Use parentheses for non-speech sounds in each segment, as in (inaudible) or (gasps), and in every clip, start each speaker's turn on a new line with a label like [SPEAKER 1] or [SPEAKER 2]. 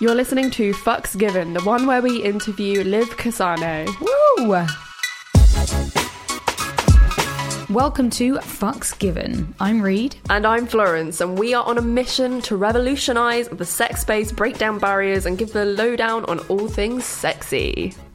[SPEAKER 1] You're listening to Fucks Given, the one where we interview Liv Casano.
[SPEAKER 2] Woo! Welcome to Fucks Given. I'm Reed.
[SPEAKER 1] And I'm Florence, and we are on a mission to revolutionise the sex space, break down barriers, and give the lowdown on all things sexy.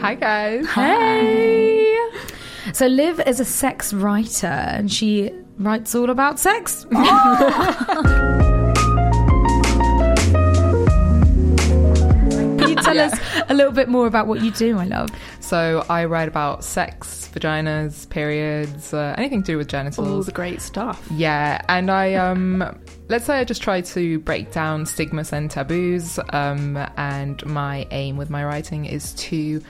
[SPEAKER 1] Hi guys.
[SPEAKER 2] Hey! So, Liv is a sex writer and she writes all about sex.
[SPEAKER 1] (laughs)
[SPEAKER 2] Can you tell us a little bit more about what you do, I love?
[SPEAKER 3] So I write about sex, vaginas, periods, uh, anything to do with
[SPEAKER 1] All
[SPEAKER 3] genitals.
[SPEAKER 1] the great stuff.
[SPEAKER 3] Yeah, and I um, let's say I just try to break down stigmas and taboos. Um, and my aim with my writing is to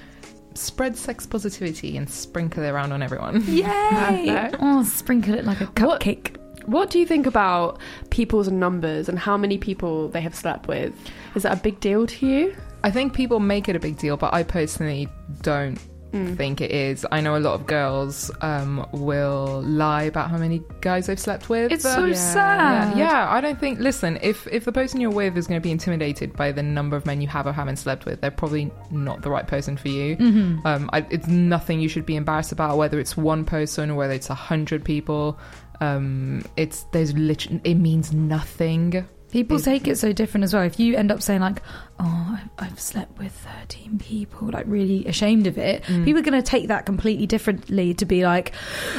[SPEAKER 3] spread sex positivity and sprinkle it around on everyone.
[SPEAKER 2] Yay!
[SPEAKER 1] Perfect.
[SPEAKER 2] (laughs) Oh, sprinkle it like a
[SPEAKER 1] What-
[SPEAKER 2] cupcake.
[SPEAKER 1] What do you think about people's numbers and how many people they have slept with? Is that a big deal to you?
[SPEAKER 3] I think people make it a big deal, but I personally don't
[SPEAKER 2] Mm.
[SPEAKER 3] think it is. I know a lot of girls um, will lie about how many guys they've slept with.
[SPEAKER 2] It's so
[SPEAKER 3] Yeah.
[SPEAKER 2] sad.
[SPEAKER 3] Yeah, I don't think. Listen, if if the person you're with is going to be intimidated by the number of men you have or haven't slept with, they're probably not the right person for you.
[SPEAKER 2] Mm-hmm.
[SPEAKER 3] Um, I, it's nothing you should be embarrassed about, whether it's one person or whether it's a hundred people. Um, it's there's literally it means nothing.
[SPEAKER 2] People take it so different as well. If you end up saying like, "Oh, I've- I've slept with thirteen people," like really ashamed of it,
[SPEAKER 1] Mm.
[SPEAKER 2] people are going to take that completely differently. To be like,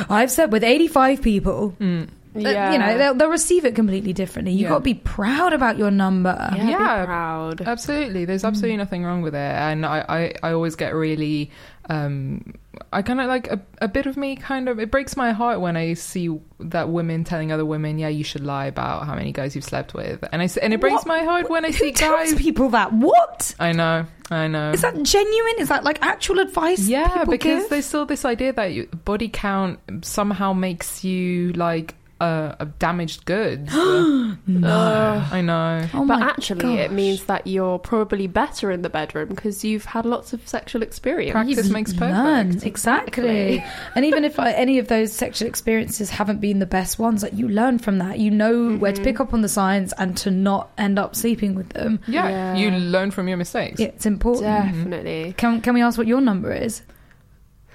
[SPEAKER 2] "I've slept with eighty-five people," Uh, you know, they'll, they'll receive it completely differently. You've
[SPEAKER 3] Yeah.
[SPEAKER 2] got to be proud about your number.
[SPEAKER 1] yeah,
[SPEAKER 3] Yeah.
[SPEAKER 1] Be proud.
[SPEAKER 3] Absolutely, there's
[SPEAKER 2] Mm.
[SPEAKER 3] absolutely nothing wrong with it, and I, I, I always get really, um, I kind of like a, a bit of me kind of it breaks my heart when I see that women telling other women, yeah, you should lie about how many guys you've slept with, and I s- and it breaks
[SPEAKER 2] What-
[SPEAKER 3] my heart when I
[SPEAKER 2] Who
[SPEAKER 3] see
[SPEAKER 2] tells
[SPEAKER 3] guys.
[SPEAKER 2] people that? What
[SPEAKER 3] I know, I know.
[SPEAKER 2] is that genuine? Is that like actual advice?
[SPEAKER 3] yeah,
[SPEAKER 2] people
[SPEAKER 3] because
[SPEAKER 2] give?
[SPEAKER 3] there's still this idea that you, body count somehow makes you like uh, a
[SPEAKER 2] (gasps)
[SPEAKER 3] damaged goods. I know.
[SPEAKER 2] Oh
[SPEAKER 1] but
[SPEAKER 2] my
[SPEAKER 1] actually, it
[SPEAKER 2] gosh.
[SPEAKER 1] means that you're probably better in the bedroom because you've had lots of sexual experience.
[SPEAKER 3] Practice
[SPEAKER 2] You've
[SPEAKER 3] makes
[SPEAKER 2] learned.
[SPEAKER 3] perfect.
[SPEAKER 2] Exactly. and even if like, any of those sexual experiences haven't been the best ones, like you learn from that. You know where
[SPEAKER 3] Mm-hmm.
[SPEAKER 2] to pick up on the signs and to not end up sleeping with them.
[SPEAKER 3] Yeah,
[SPEAKER 1] Yeah.
[SPEAKER 3] you learn from your mistakes.
[SPEAKER 2] It's important.
[SPEAKER 1] Definitely.
[SPEAKER 2] Can, can we ask what your number is?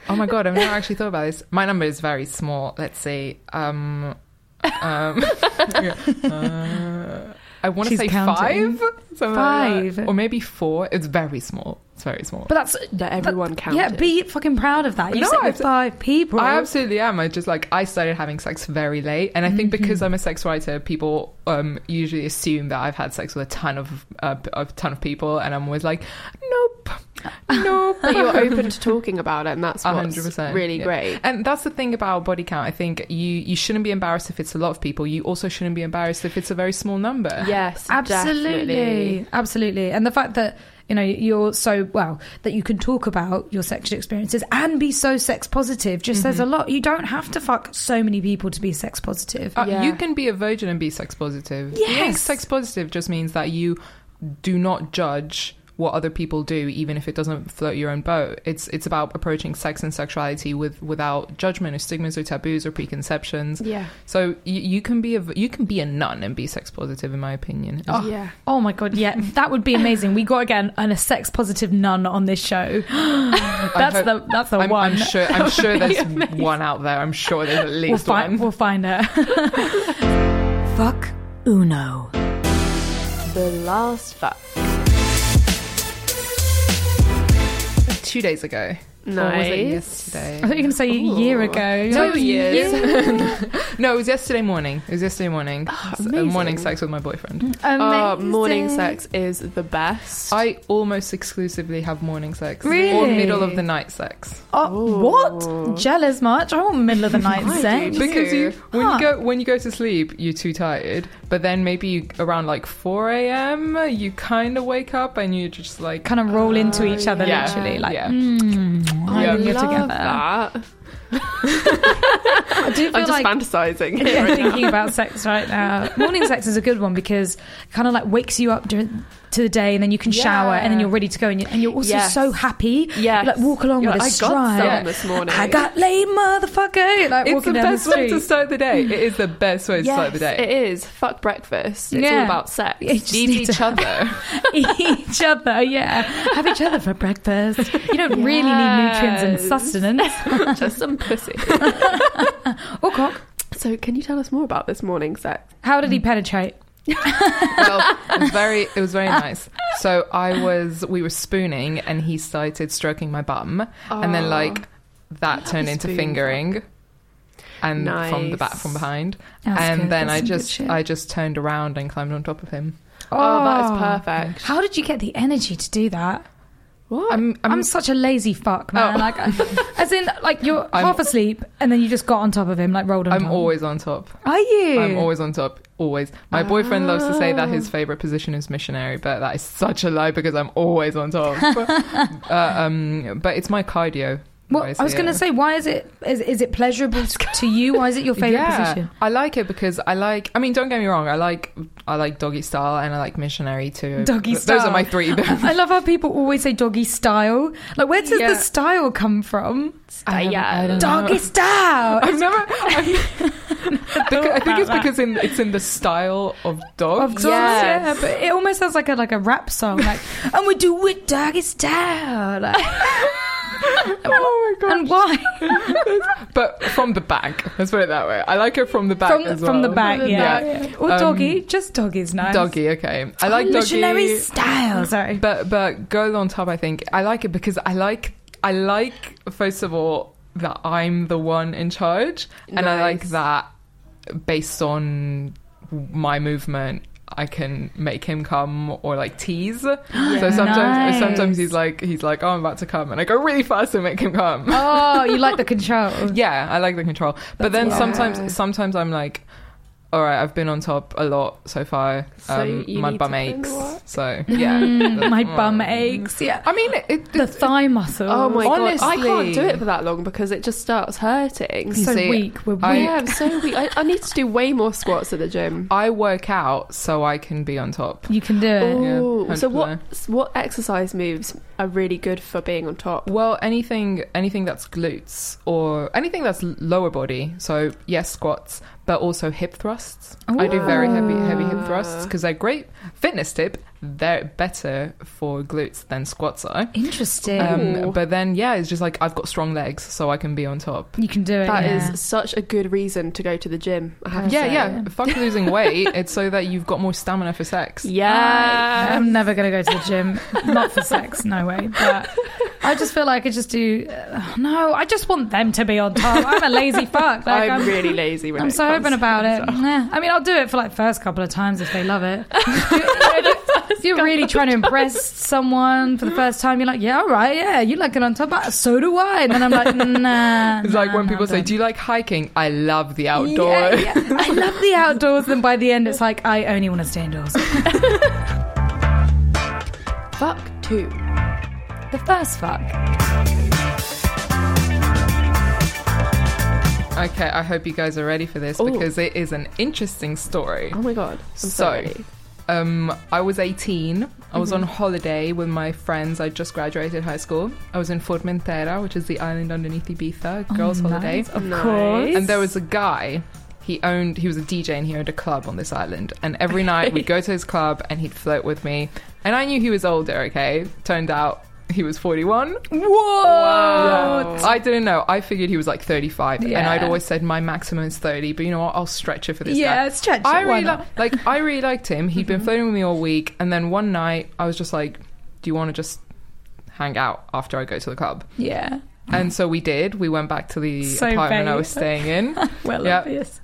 [SPEAKER 3] Oh my god, I've never actually thought about this. My number is very small. Let's see. Um, um, (laughs) uh, I want to
[SPEAKER 2] She's
[SPEAKER 3] say
[SPEAKER 2] counting.
[SPEAKER 3] five, something like that.
[SPEAKER 2] Five.
[SPEAKER 3] or maybe four. It's very small. It's very small.
[SPEAKER 2] But that's
[SPEAKER 1] That everyone counted.
[SPEAKER 2] Yeah, be fucking proud of that. You
[SPEAKER 3] No,
[SPEAKER 2] slept with
[SPEAKER 3] I've-
[SPEAKER 2] five people.
[SPEAKER 3] I absolutely am. I just like I started having sex very late, and I think
[SPEAKER 2] Mm-hmm.
[SPEAKER 3] because I'm a sex writer, people um, usually assume that I've had sex with a ton of uh, a ton of people, and I'm always like, nope, nope.
[SPEAKER 1] But you're open
[SPEAKER 2] (laughs)
[SPEAKER 1] to talking about it, and that's
[SPEAKER 3] A
[SPEAKER 1] what's
[SPEAKER 3] hundred percent
[SPEAKER 1] really
[SPEAKER 3] yeah.
[SPEAKER 1] great.
[SPEAKER 3] and that's the thing about body count i think you you shouldn't be embarrassed if it's a lot of people you also shouldn't be embarrassed if it's a very small number
[SPEAKER 1] Yes,
[SPEAKER 2] absolutely
[SPEAKER 1] definitely.
[SPEAKER 2] absolutely and the fact that you know you're so well that you can talk about your sexual experiences and be so sex positive just says a lot you don't have to fuck so many people to be sex positive
[SPEAKER 3] Uh,
[SPEAKER 1] Yeah.
[SPEAKER 3] you can be a virgin and be sex positive being
[SPEAKER 2] Yes.
[SPEAKER 3] sex positive just means that you do not judge what other people do even if it doesn't float your own boat it's it's about approaching sex and sexuality with without judgment or stigmas or taboos or preconceptions
[SPEAKER 1] Yeah.
[SPEAKER 3] so you, you can be a v- you can be a nun and be sex positive in my opinion
[SPEAKER 2] Oh,
[SPEAKER 1] Yeah.
[SPEAKER 2] oh my god (laughs) yeah that would be amazing we got again an, a sex positive nun on this (gasps) show that's
[SPEAKER 3] hope-
[SPEAKER 2] the that's the
[SPEAKER 3] I'm,
[SPEAKER 2] one
[SPEAKER 3] I'm
[SPEAKER 2] (laughs)
[SPEAKER 3] sure. I'm sure
[SPEAKER 2] would be
[SPEAKER 3] there's one out there. I'm sure there's at
[SPEAKER 2] we'll,
[SPEAKER 3] least
[SPEAKER 2] find
[SPEAKER 3] one.
[SPEAKER 2] we'll find (laughs) her fuck uno
[SPEAKER 1] The last fuck.
[SPEAKER 3] Two days ago,
[SPEAKER 1] No.
[SPEAKER 3] Or was it
[SPEAKER 2] (laughs)
[SPEAKER 3] yesterday?
[SPEAKER 2] I thought you were going to say a year
[SPEAKER 1] Ooh.
[SPEAKER 2] ago.
[SPEAKER 1] Two years. (laughs)
[SPEAKER 3] No, it was yesterday morning. It was yesterday morning.
[SPEAKER 1] Oh,
[SPEAKER 3] S- uh, morning
[SPEAKER 1] amazing.
[SPEAKER 3] sex with my boyfriend.
[SPEAKER 1] Oh,
[SPEAKER 2] Amazing.
[SPEAKER 1] morning sex is the best.
[SPEAKER 3] I almost exclusively have morning sex or
[SPEAKER 2] Really?
[SPEAKER 3] middle of the night sex
[SPEAKER 2] Oh,
[SPEAKER 1] Ooh.
[SPEAKER 2] what? Jealous much? I want middle of
[SPEAKER 1] (laughs)
[SPEAKER 2] the night
[SPEAKER 1] I
[SPEAKER 2] sex.
[SPEAKER 1] do.
[SPEAKER 3] because you when
[SPEAKER 2] Huh.
[SPEAKER 3] you go when you go to sleep you're too tired, but then maybe you, around like four a.m. you kind of wake up and you're just like
[SPEAKER 2] Kind of roll into each other,
[SPEAKER 3] Yeah.
[SPEAKER 2] literally. Like,
[SPEAKER 3] Yeah.
[SPEAKER 2] mm,
[SPEAKER 3] I
[SPEAKER 2] when you're
[SPEAKER 1] love
[SPEAKER 2] together.
[SPEAKER 1] that.
[SPEAKER 2] (laughs) I do feel
[SPEAKER 1] I'm just
[SPEAKER 2] (laughs) like
[SPEAKER 1] fantasizing. here
[SPEAKER 2] yeah,
[SPEAKER 1] right now.
[SPEAKER 2] thinking about sex right now. Morning sex is a good one because it kind of like wakes you up during, to the day, and then you can shower, and then
[SPEAKER 3] Yeah.
[SPEAKER 2] you're ready to go, and you're, and you're also
[SPEAKER 1] Yes.
[SPEAKER 2] so happy.
[SPEAKER 1] Yes.
[SPEAKER 2] like walk along
[SPEAKER 1] You're
[SPEAKER 2] with a
[SPEAKER 1] like, I got
[SPEAKER 2] stride.
[SPEAKER 1] some
[SPEAKER 3] Yeah.
[SPEAKER 1] this morning.
[SPEAKER 2] I got laid, motherfucker. Like
[SPEAKER 3] it's the
[SPEAKER 2] walking down
[SPEAKER 3] best
[SPEAKER 2] the
[SPEAKER 3] way
[SPEAKER 2] street.
[SPEAKER 3] to start the day. It is the best way to
[SPEAKER 1] yes,
[SPEAKER 3] start the day.
[SPEAKER 1] It is. Fuck breakfast. It's all
[SPEAKER 2] Yeah.
[SPEAKER 1] about sex.
[SPEAKER 2] You
[SPEAKER 1] (laughs)
[SPEAKER 2] just
[SPEAKER 3] Eat
[SPEAKER 2] need to (laughs)
[SPEAKER 3] each other.
[SPEAKER 2] each other, yeah. Have each other for breakfast. You don't really need nutrients and
[SPEAKER 1] Yes.
[SPEAKER 2] sustenance.
[SPEAKER 1] just some pussy.
[SPEAKER 2] Or cock.
[SPEAKER 1] so, can you tell us more about this morning sex?
[SPEAKER 2] How did he penetrate?
[SPEAKER 3] well, it was very it was very nice. So I was we were spooning and he started stroking my bum and then like that turned into
[SPEAKER 1] spoon.
[SPEAKER 3] fingering and from the
[SPEAKER 1] Nice.
[SPEAKER 3] back from behind
[SPEAKER 2] That's
[SPEAKER 3] and
[SPEAKER 2] good.
[SPEAKER 3] then
[SPEAKER 2] That's
[SPEAKER 3] I
[SPEAKER 2] some good
[SPEAKER 3] just
[SPEAKER 2] shit.
[SPEAKER 3] I just turned around and climbed on top of him.
[SPEAKER 1] Oh, that is perfect.
[SPEAKER 2] How did you get the energy to do that?
[SPEAKER 1] What?
[SPEAKER 3] I'm
[SPEAKER 2] I'm,
[SPEAKER 3] I'm,
[SPEAKER 2] such a lazy fuck, man.
[SPEAKER 3] Oh.
[SPEAKER 2] Like, (laughs) as in, like you're
[SPEAKER 3] (laughs) I'm-
[SPEAKER 2] half asleep and then you just got on top of him, like rolled on.
[SPEAKER 3] I'm
[SPEAKER 2] top.
[SPEAKER 3] always on top.
[SPEAKER 2] Are you?
[SPEAKER 3] I'm always on top. Always. My boyfriend loves to say that
[SPEAKER 2] Oh.
[SPEAKER 3] his favorite position is missionary, but that is such a lie because I'm always on top.
[SPEAKER 2] (laughs)
[SPEAKER 3] uh, um, but it's my cardio.
[SPEAKER 2] Well,
[SPEAKER 3] Whereas,
[SPEAKER 2] I was going
[SPEAKER 3] yeah.
[SPEAKER 2] to say, why is it is, is it pleasurable to you? Why is it your favorite
[SPEAKER 3] (laughs) yeah,
[SPEAKER 2] position?
[SPEAKER 3] I like it because I like. I mean, don't get me wrong. I like I like doggy style and I like missionary too.
[SPEAKER 2] Doggy
[SPEAKER 3] Th- Those
[SPEAKER 2] style.
[SPEAKER 3] are my three. (laughs)
[SPEAKER 2] I love how people always say doggy style. Like, where does
[SPEAKER 3] Yeah.
[SPEAKER 2] the style come from?
[SPEAKER 3] I don't- I don't know.
[SPEAKER 2] Doggy
[SPEAKER 3] (laughs)
[SPEAKER 2] style. (laughs)
[SPEAKER 3] I've never. I've, Beca- I think
[SPEAKER 2] about
[SPEAKER 3] it's
[SPEAKER 2] that.
[SPEAKER 3] because in, it's in the style of
[SPEAKER 2] Of
[SPEAKER 3] dog.
[SPEAKER 2] course, yeah,
[SPEAKER 1] Yes.
[SPEAKER 2] but it almost sounds like a like a rap song,
[SPEAKER 3] (laughs)
[SPEAKER 2] like "and we do it doggy style." Like,
[SPEAKER 3] oh my
[SPEAKER 2] and why
[SPEAKER 3] god! But from the back. Let's put it that way. I like it from the back.
[SPEAKER 2] from
[SPEAKER 3] as
[SPEAKER 2] from the
[SPEAKER 3] well.
[SPEAKER 2] back?
[SPEAKER 1] From the
[SPEAKER 2] yeah,
[SPEAKER 3] back.
[SPEAKER 2] or
[SPEAKER 3] Um,
[SPEAKER 2] doggy, just doggy's nice. Oh,
[SPEAKER 3] Doggy. Okay. I like
[SPEAKER 2] missionary
[SPEAKER 3] doggy.
[SPEAKER 2] style. Sorry,
[SPEAKER 3] (laughs) But but girl on top, I think I like it because I like I like first of all that I'm the one in charge, and I like
[SPEAKER 1] Nice.
[SPEAKER 3] that based on my movement. I can make him come or like tease. So sometimes,
[SPEAKER 2] Nice.
[SPEAKER 3] sometimes he's like, he's like, oh, I'm about to come, and I go really fast to make him come. (laughs)
[SPEAKER 2] oh, you like the control?
[SPEAKER 3] Yeah, I like the control.
[SPEAKER 2] That's
[SPEAKER 3] But then
[SPEAKER 2] wild.
[SPEAKER 1] Yeah.
[SPEAKER 3] sometimes sometimes I'm like, all right, I've been on top a lot so far.
[SPEAKER 1] So
[SPEAKER 3] um,
[SPEAKER 1] you
[SPEAKER 3] my
[SPEAKER 1] need to
[SPEAKER 3] bum
[SPEAKER 1] put in the
[SPEAKER 3] aches.
[SPEAKER 1] work.
[SPEAKER 3] So (laughs) yeah,
[SPEAKER 2] Mm, my
[SPEAKER 3] Mm.
[SPEAKER 2] bum aches. Yeah,
[SPEAKER 3] I mean, it, it, (laughs)
[SPEAKER 2] the thigh muscle.
[SPEAKER 1] oh my god! I can't
[SPEAKER 3] honestly.
[SPEAKER 1] do it for that long because it just starts hurting.
[SPEAKER 2] so
[SPEAKER 3] see,
[SPEAKER 2] weak. We're weak.
[SPEAKER 3] I-
[SPEAKER 1] yeah, I'm so weak. I, I need to do way more squats at the gym.
[SPEAKER 3] I work out so I can be on top.
[SPEAKER 2] you can do it.
[SPEAKER 3] Yeah,
[SPEAKER 1] Ooh, so
[SPEAKER 3] 100%.
[SPEAKER 1] what what exercise moves are really good for being on top?
[SPEAKER 3] Well, anything anything that's glutes or anything that's l- lower body. So yes, squats, but also hip thrusts. I do very heavy heavy hip
[SPEAKER 1] Ooh.
[SPEAKER 3] thrusts because they're great. Fitness tip: they're better for glutes than squats are.
[SPEAKER 2] Interesting.
[SPEAKER 1] Ooh.
[SPEAKER 3] Um, but then yeah, it's just like I've got strong legs, so I can be on top.
[SPEAKER 2] you can do it.
[SPEAKER 1] That is
[SPEAKER 2] yeah.
[SPEAKER 1] such a good reason to go to the gym. I have to
[SPEAKER 3] Yeah,
[SPEAKER 1] say.
[SPEAKER 3] yeah. Fuck losing weight. It's so that you've got more stamina for sex.
[SPEAKER 1] Yeah.
[SPEAKER 2] I'm never going to go to the gym. Not for sex, no way. But I just feel like I just do. Uh, no, I just want them to be on top. I'm a
[SPEAKER 3] (laughs)
[SPEAKER 2] lazy fuck. Like,
[SPEAKER 1] I'm, really lazy. When
[SPEAKER 2] I'm
[SPEAKER 1] it
[SPEAKER 2] so
[SPEAKER 1] comes
[SPEAKER 2] open
[SPEAKER 1] to
[SPEAKER 2] about it.
[SPEAKER 1] myself.
[SPEAKER 2] Nah. I mean, I'll do it for like first couple of times if they love
[SPEAKER 3] (laughs)
[SPEAKER 2] it. If you're really trying to impress someone for the first time, you're like, yeah, all right, yeah, you like it on top, but so do I. And then I'm
[SPEAKER 3] (laughs)
[SPEAKER 2] like, nah.
[SPEAKER 3] It's like when people say, "Do you like hiking?" I love the outdoors.
[SPEAKER 2] Yeah, yeah. I love the outdoors. Then by the end, it's like I only want to stay
[SPEAKER 3] (laughs)
[SPEAKER 2] indoors.
[SPEAKER 1] Fuck two.
[SPEAKER 2] The first fuck.
[SPEAKER 3] (laughs) Okay, I hope you guys are ready for this
[SPEAKER 1] Ooh.
[SPEAKER 3] because it is an interesting story.
[SPEAKER 1] Oh my god. I'm so,
[SPEAKER 3] So-
[SPEAKER 1] ready.
[SPEAKER 3] Um, I was 18. I was
[SPEAKER 2] Mm-hmm.
[SPEAKER 3] on holiday with my friends. I just graduated high school. I was in Formentera, which is the island underneath Ibiza, girls' holiday.
[SPEAKER 2] Oh, Nice, Of
[SPEAKER 1] Nice.
[SPEAKER 2] course.
[SPEAKER 3] And there was a guy. He owned. He was a DJ and he owned a club on this island. And every night we'd go to his club and he'd flirt with me. And I knew he was older. Okay, turned out he was 41.
[SPEAKER 2] Whoa!
[SPEAKER 1] Wow.
[SPEAKER 3] I didn't know. I figured he was like 35, and
[SPEAKER 2] Oh. Yeah.
[SPEAKER 3] I'd always said my maximum is 30. But you know what? I'll stretch it for this guy.
[SPEAKER 2] Yeah, stretch it.
[SPEAKER 3] I
[SPEAKER 2] Why
[SPEAKER 3] really
[SPEAKER 2] not? Mm-hmm.
[SPEAKER 3] li- like I really liked him. he had been flirting with me all week, and then one night I was just like, "Do you want to just hang out after I go to the club?"
[SPEAKER 2] Yeah.
[SPEAKER 3] And so we did. We went back to the
[SPEAKER 2] Mm. So
[SPEAKER 3] apartment I
[SPEAKER 2] vague.
[SPEAKER 3] was staying in.
[SPEAKER 2] (laughs) Well,
[SPEAKER 3] Yeah.
[SPEAKER 2] obvious.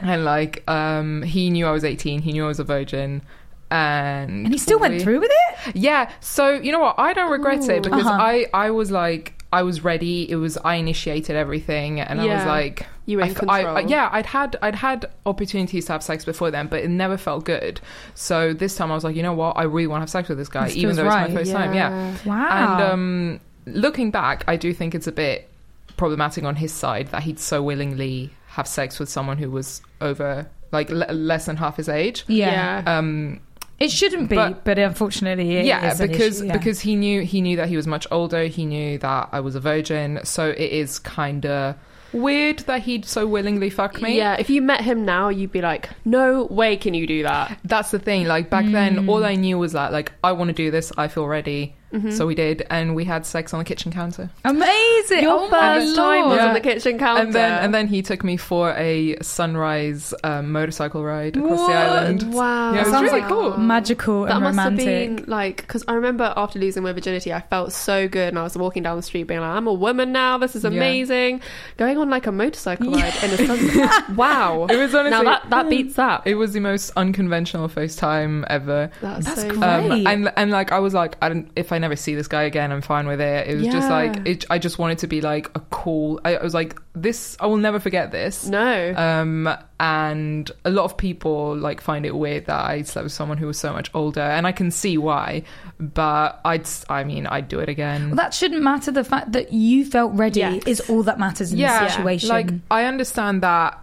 [SPEAKER 3] and like um he knew I was 18, he knew I was a virgin. And,
[SPEAKER 2] And he still
[SPEAKER 3] we-
[SPEAKER 2] went through with it?
[SPEAKER 3] Yeah. So you know what? I don't regret
[SPEAKER 1] Ooh.
[SPEAKER 3] it because
[SPEAKER 2] Uh-huh.
[SPEAKER 3] I I was like I was ready. It was I initiated everything, and I was
[SPEAKER 1] Yeah.
[SPEAKER 3] like,
[SPEAKER 1] You were
[SPEAKER 3] I
[SPEAKER 1] in
[SPEAKER 3] f- I-
[SPEAKER 1] control.
[SPEAKER 3] I- yeah, I'd had I'd had opportunities to have sex before then, but it never felt good. So this time I was like, you know what? I really want to have sex with this guy,
[SPEAKER 2] This
[SPEAKER 3] even
[SPEAKER 2] feels
[SPEAKER 3] though it's
[SPEAKER 2] right.
[SPEAKER 3] my first time. Yeah.
[SPEAKER 2] Wow.
[SPEAKER 3] And um, looking back, I do think it's a bit problematic on his side that he'd so willingly have sex with someone who was over like le- less than half his age.
[SPEAKER 2] yeah.
[SPEAKER 3] Um,
[SPEAKER 2] It shouldn't be, but,
[SPEAKER 3] But-
[SPEAKER 2] unfortunately, it
[SPEAKER 3] yeah
[SPEAKER 2] is an
[SPEAKER 3] because
[SPEAKER 2] issue, yeah.
[SPEAKER 3] because he knew he knew that he was much older he knew that i was a virgin so it is kind of weird that he'd so willingly fuck me
[SPEAKER 1] Yeah, if you met him now, you'd be like, no way can you do that.
[SPEAKER 3] that's the thing like back then all i
[SPEAKER 1] Mm.
[SPEAKER 3] knew was that like i want to do this i feel ready
[SPEAKER 1] Mm-hmm.
[SPEAKER 3] so we did and we had sex on the kitchen counter
[SPEAKER 2] amazing.
[SPEAKER 1] Your
[SPEAKER 2] oh my
[SPEAKER 1] first time was
[SPEAKER 2] Lord.
[SPEAKER 1] on
[SPEAKER 3] Yeah.
[SPEAKER 1] the kitchen counter.
[SPEAKER 3] and then and then he took me for a sunrise um, motorcycle ride across
[SPEAKER 2] What?
[SPEAKER 3] the island
[SPEAKER 1] Wow.
[SPEAKER 3] Yeah, it was
[SPEAKER 2] sounds
[SPEAKER 3] really
[SPEAKER 2] like
[SPEAKER 3] cool.
[SPEAKER 2] magical and
[SPEAKER 1] That must
[SPEAKER 2] romantic.
[SPEAKER 1] have been like because I remember after losing my virginity, I felt so good, and I was walking down the street, being like, "I'm a woman now. This is
[SPEAKER 3] Yeah.
[SPEAKER 1] amazing." Going on like a motorcycle ride in the
[SPEAKER 3] (laughs)
[SPEAKER 1] sun. wow.
[SPEAKER 3] it was honestly
[SPEAKER 1] Now that
[SPEAKER 3] (laughs)
[SPEAKER 1] that beats that.
[SPEAKER 3] it was the most unconventional first time ever
[SPEAKER 1] That's,
[SPEAKER 2] That's
[SPEAKER 1] so
[SPEAKER 2] great.
[SPEAKER 3] Um,
[SPEAKER 2] Right.
[SPEAKER 3] and and like I was like, I don't. If I never see this guy again, I'm fine with it. It was just
[SPEAKER 1] Yeah.
[SPEAKER 3] like it, I just wanted to be like a cool. I, I was like this. I will never forget this.
[SPEAKER 1] No.
[SPEAKER 3] Um, and a lot of people like find it weird that I slept with someone who was so much older, and I can see why. But I'd, s- I mean, I'd do it again.
[SPEAKER 2] Well, that shouldn't matter. The fact that you felt ready
[SPEAKER 1] Yes.
[SPEAKER 2] is all that matters in
[SPEAKER 3] yeah,
[SPEAKER 2] this situation.
[SPEAKER 3] like I understand that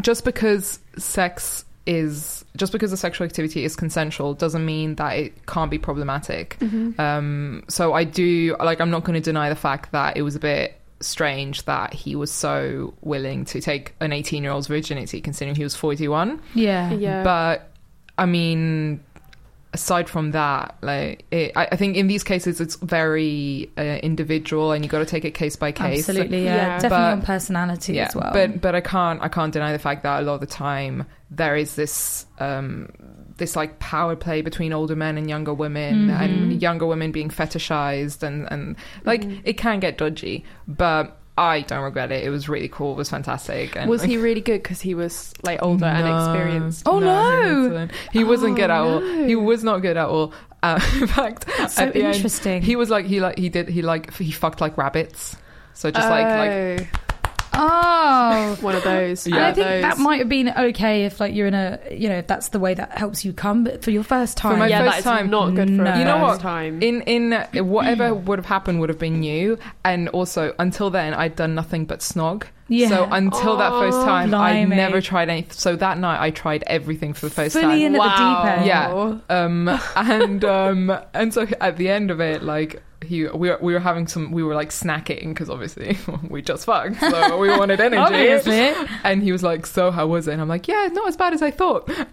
[SPEAKER 3] just because sex is just because the sexual activity is consensual doesn't mean that it can't be problematic.
[SPEAKER 1] Mm-hmm.
[SPEAKER 3] Um, so I do like I'm not going to deny the fact that it was a bit strange that he was so willing to take an 18 year old's virginity considering he was 41
[SPEAKER 2] yeah.
[SPEAKER 1] yeah.
[SPEAKER 3] but i mean aside from that like it, I, I think in these cases it's very uh, individual and you got to take it case by case
[SPEAKER 2] Absolutely, yeah.
[SPEAKER 1] Yeah.
[SPEAKER 2] Definitely
[SPEAKER 3] But-
[SPEAKER 2] on personality as well.
[SPEAKER 3] But but I can't I can't deny the fact that a lot of the time there is this um this like power play between older men and younger
[SPEAKER 2] Mm-hmm.
[SPEAKER 3] women and younger women being fetishized and and like
[SPEAKER 2] Mm-hmm.
[SPEAKER 3] it can get dodgy, but I don't regret it. It was really cool. It was fantastic. And
[SPEAKER 1] was he really good because he was like older
[SPEAKER 3] No.
[SPEAKER 1] and experienced?
[SPEAKER 2] Oh,
[SPEAKER 3] he
[SPEAKER 2] no. Oh,
[SPEAKER 3] wasn't. He wasn't good at all. He was not good at all. Uh, (laughs) in fact,
[SPEAKER 2] so
[SPEAKER 3] at the end,
[SPEAKER 2] interesting.
[SPEAKER 3] he was like he like he did he like he fucked like rabbits. So just like like
[SPEAKER 2] oh. (laughs)
[SPEAKER 3] (laughs)
[SPEAKER 1] one of those.
[SPEAKER 3] And
[SPEAKER 2] and
[SPEAKER 1] one
[SPEAKER 2] I
[SPEAKER 1] of
[SPEAKER 2] think
[SPEAKER 1] those.
[SPEAKER 2] that might have been okay if, like, you're in a, you know, if that's the way that helps you come. But for your first time,
[SPEAKER 3] my
[SPEAKER 1] yeah,
[SPEAKER 3] first
[SPEAKER 1] that is
[SPEAKER 3] time.
[SPEAKER 1] not good for
[SPEAKER 2] No.
[SPEAKER 1] a
[SPEAKER 2] You know
[SPEAKER 1] first
[SPEAKER 3] what?
[SPEAKER 2] Oh.
[SPEAKER 1] time.
[SPEAKER 3] in in uh, whatever would have happened would have been new and also until then i'd done nothing but snog
[SPEAKER 2] Yeah.
[SPEAKER 3] so until that first
[SPEAKER 1] Oh,
[SPEAKER 3] time i
[SPEAKER 2] blimey.
[SPEAKER 3] never tried anything so that night i tried everything for the first
[SPEAKER 2] fully in at
[SPEAKER 3] time
[SPEAKER 2] the
[SPEAKER 1] Wow.
[SPEAKER 2] deep end.
[SPEAKER 3] yeah um
[SPEAKER 1] (laughs)
[SPEAKER 3] and um and so at the end of it like he we were, we were having some we were like snacking because obviously (laughs) we just fucked so we wanted energy
[SPEAKER 2] Obviously.
[SPEAKER 3] and he was like, "So how was it?" And I'm like, "Yeah, not as bad as I thought." (laughs)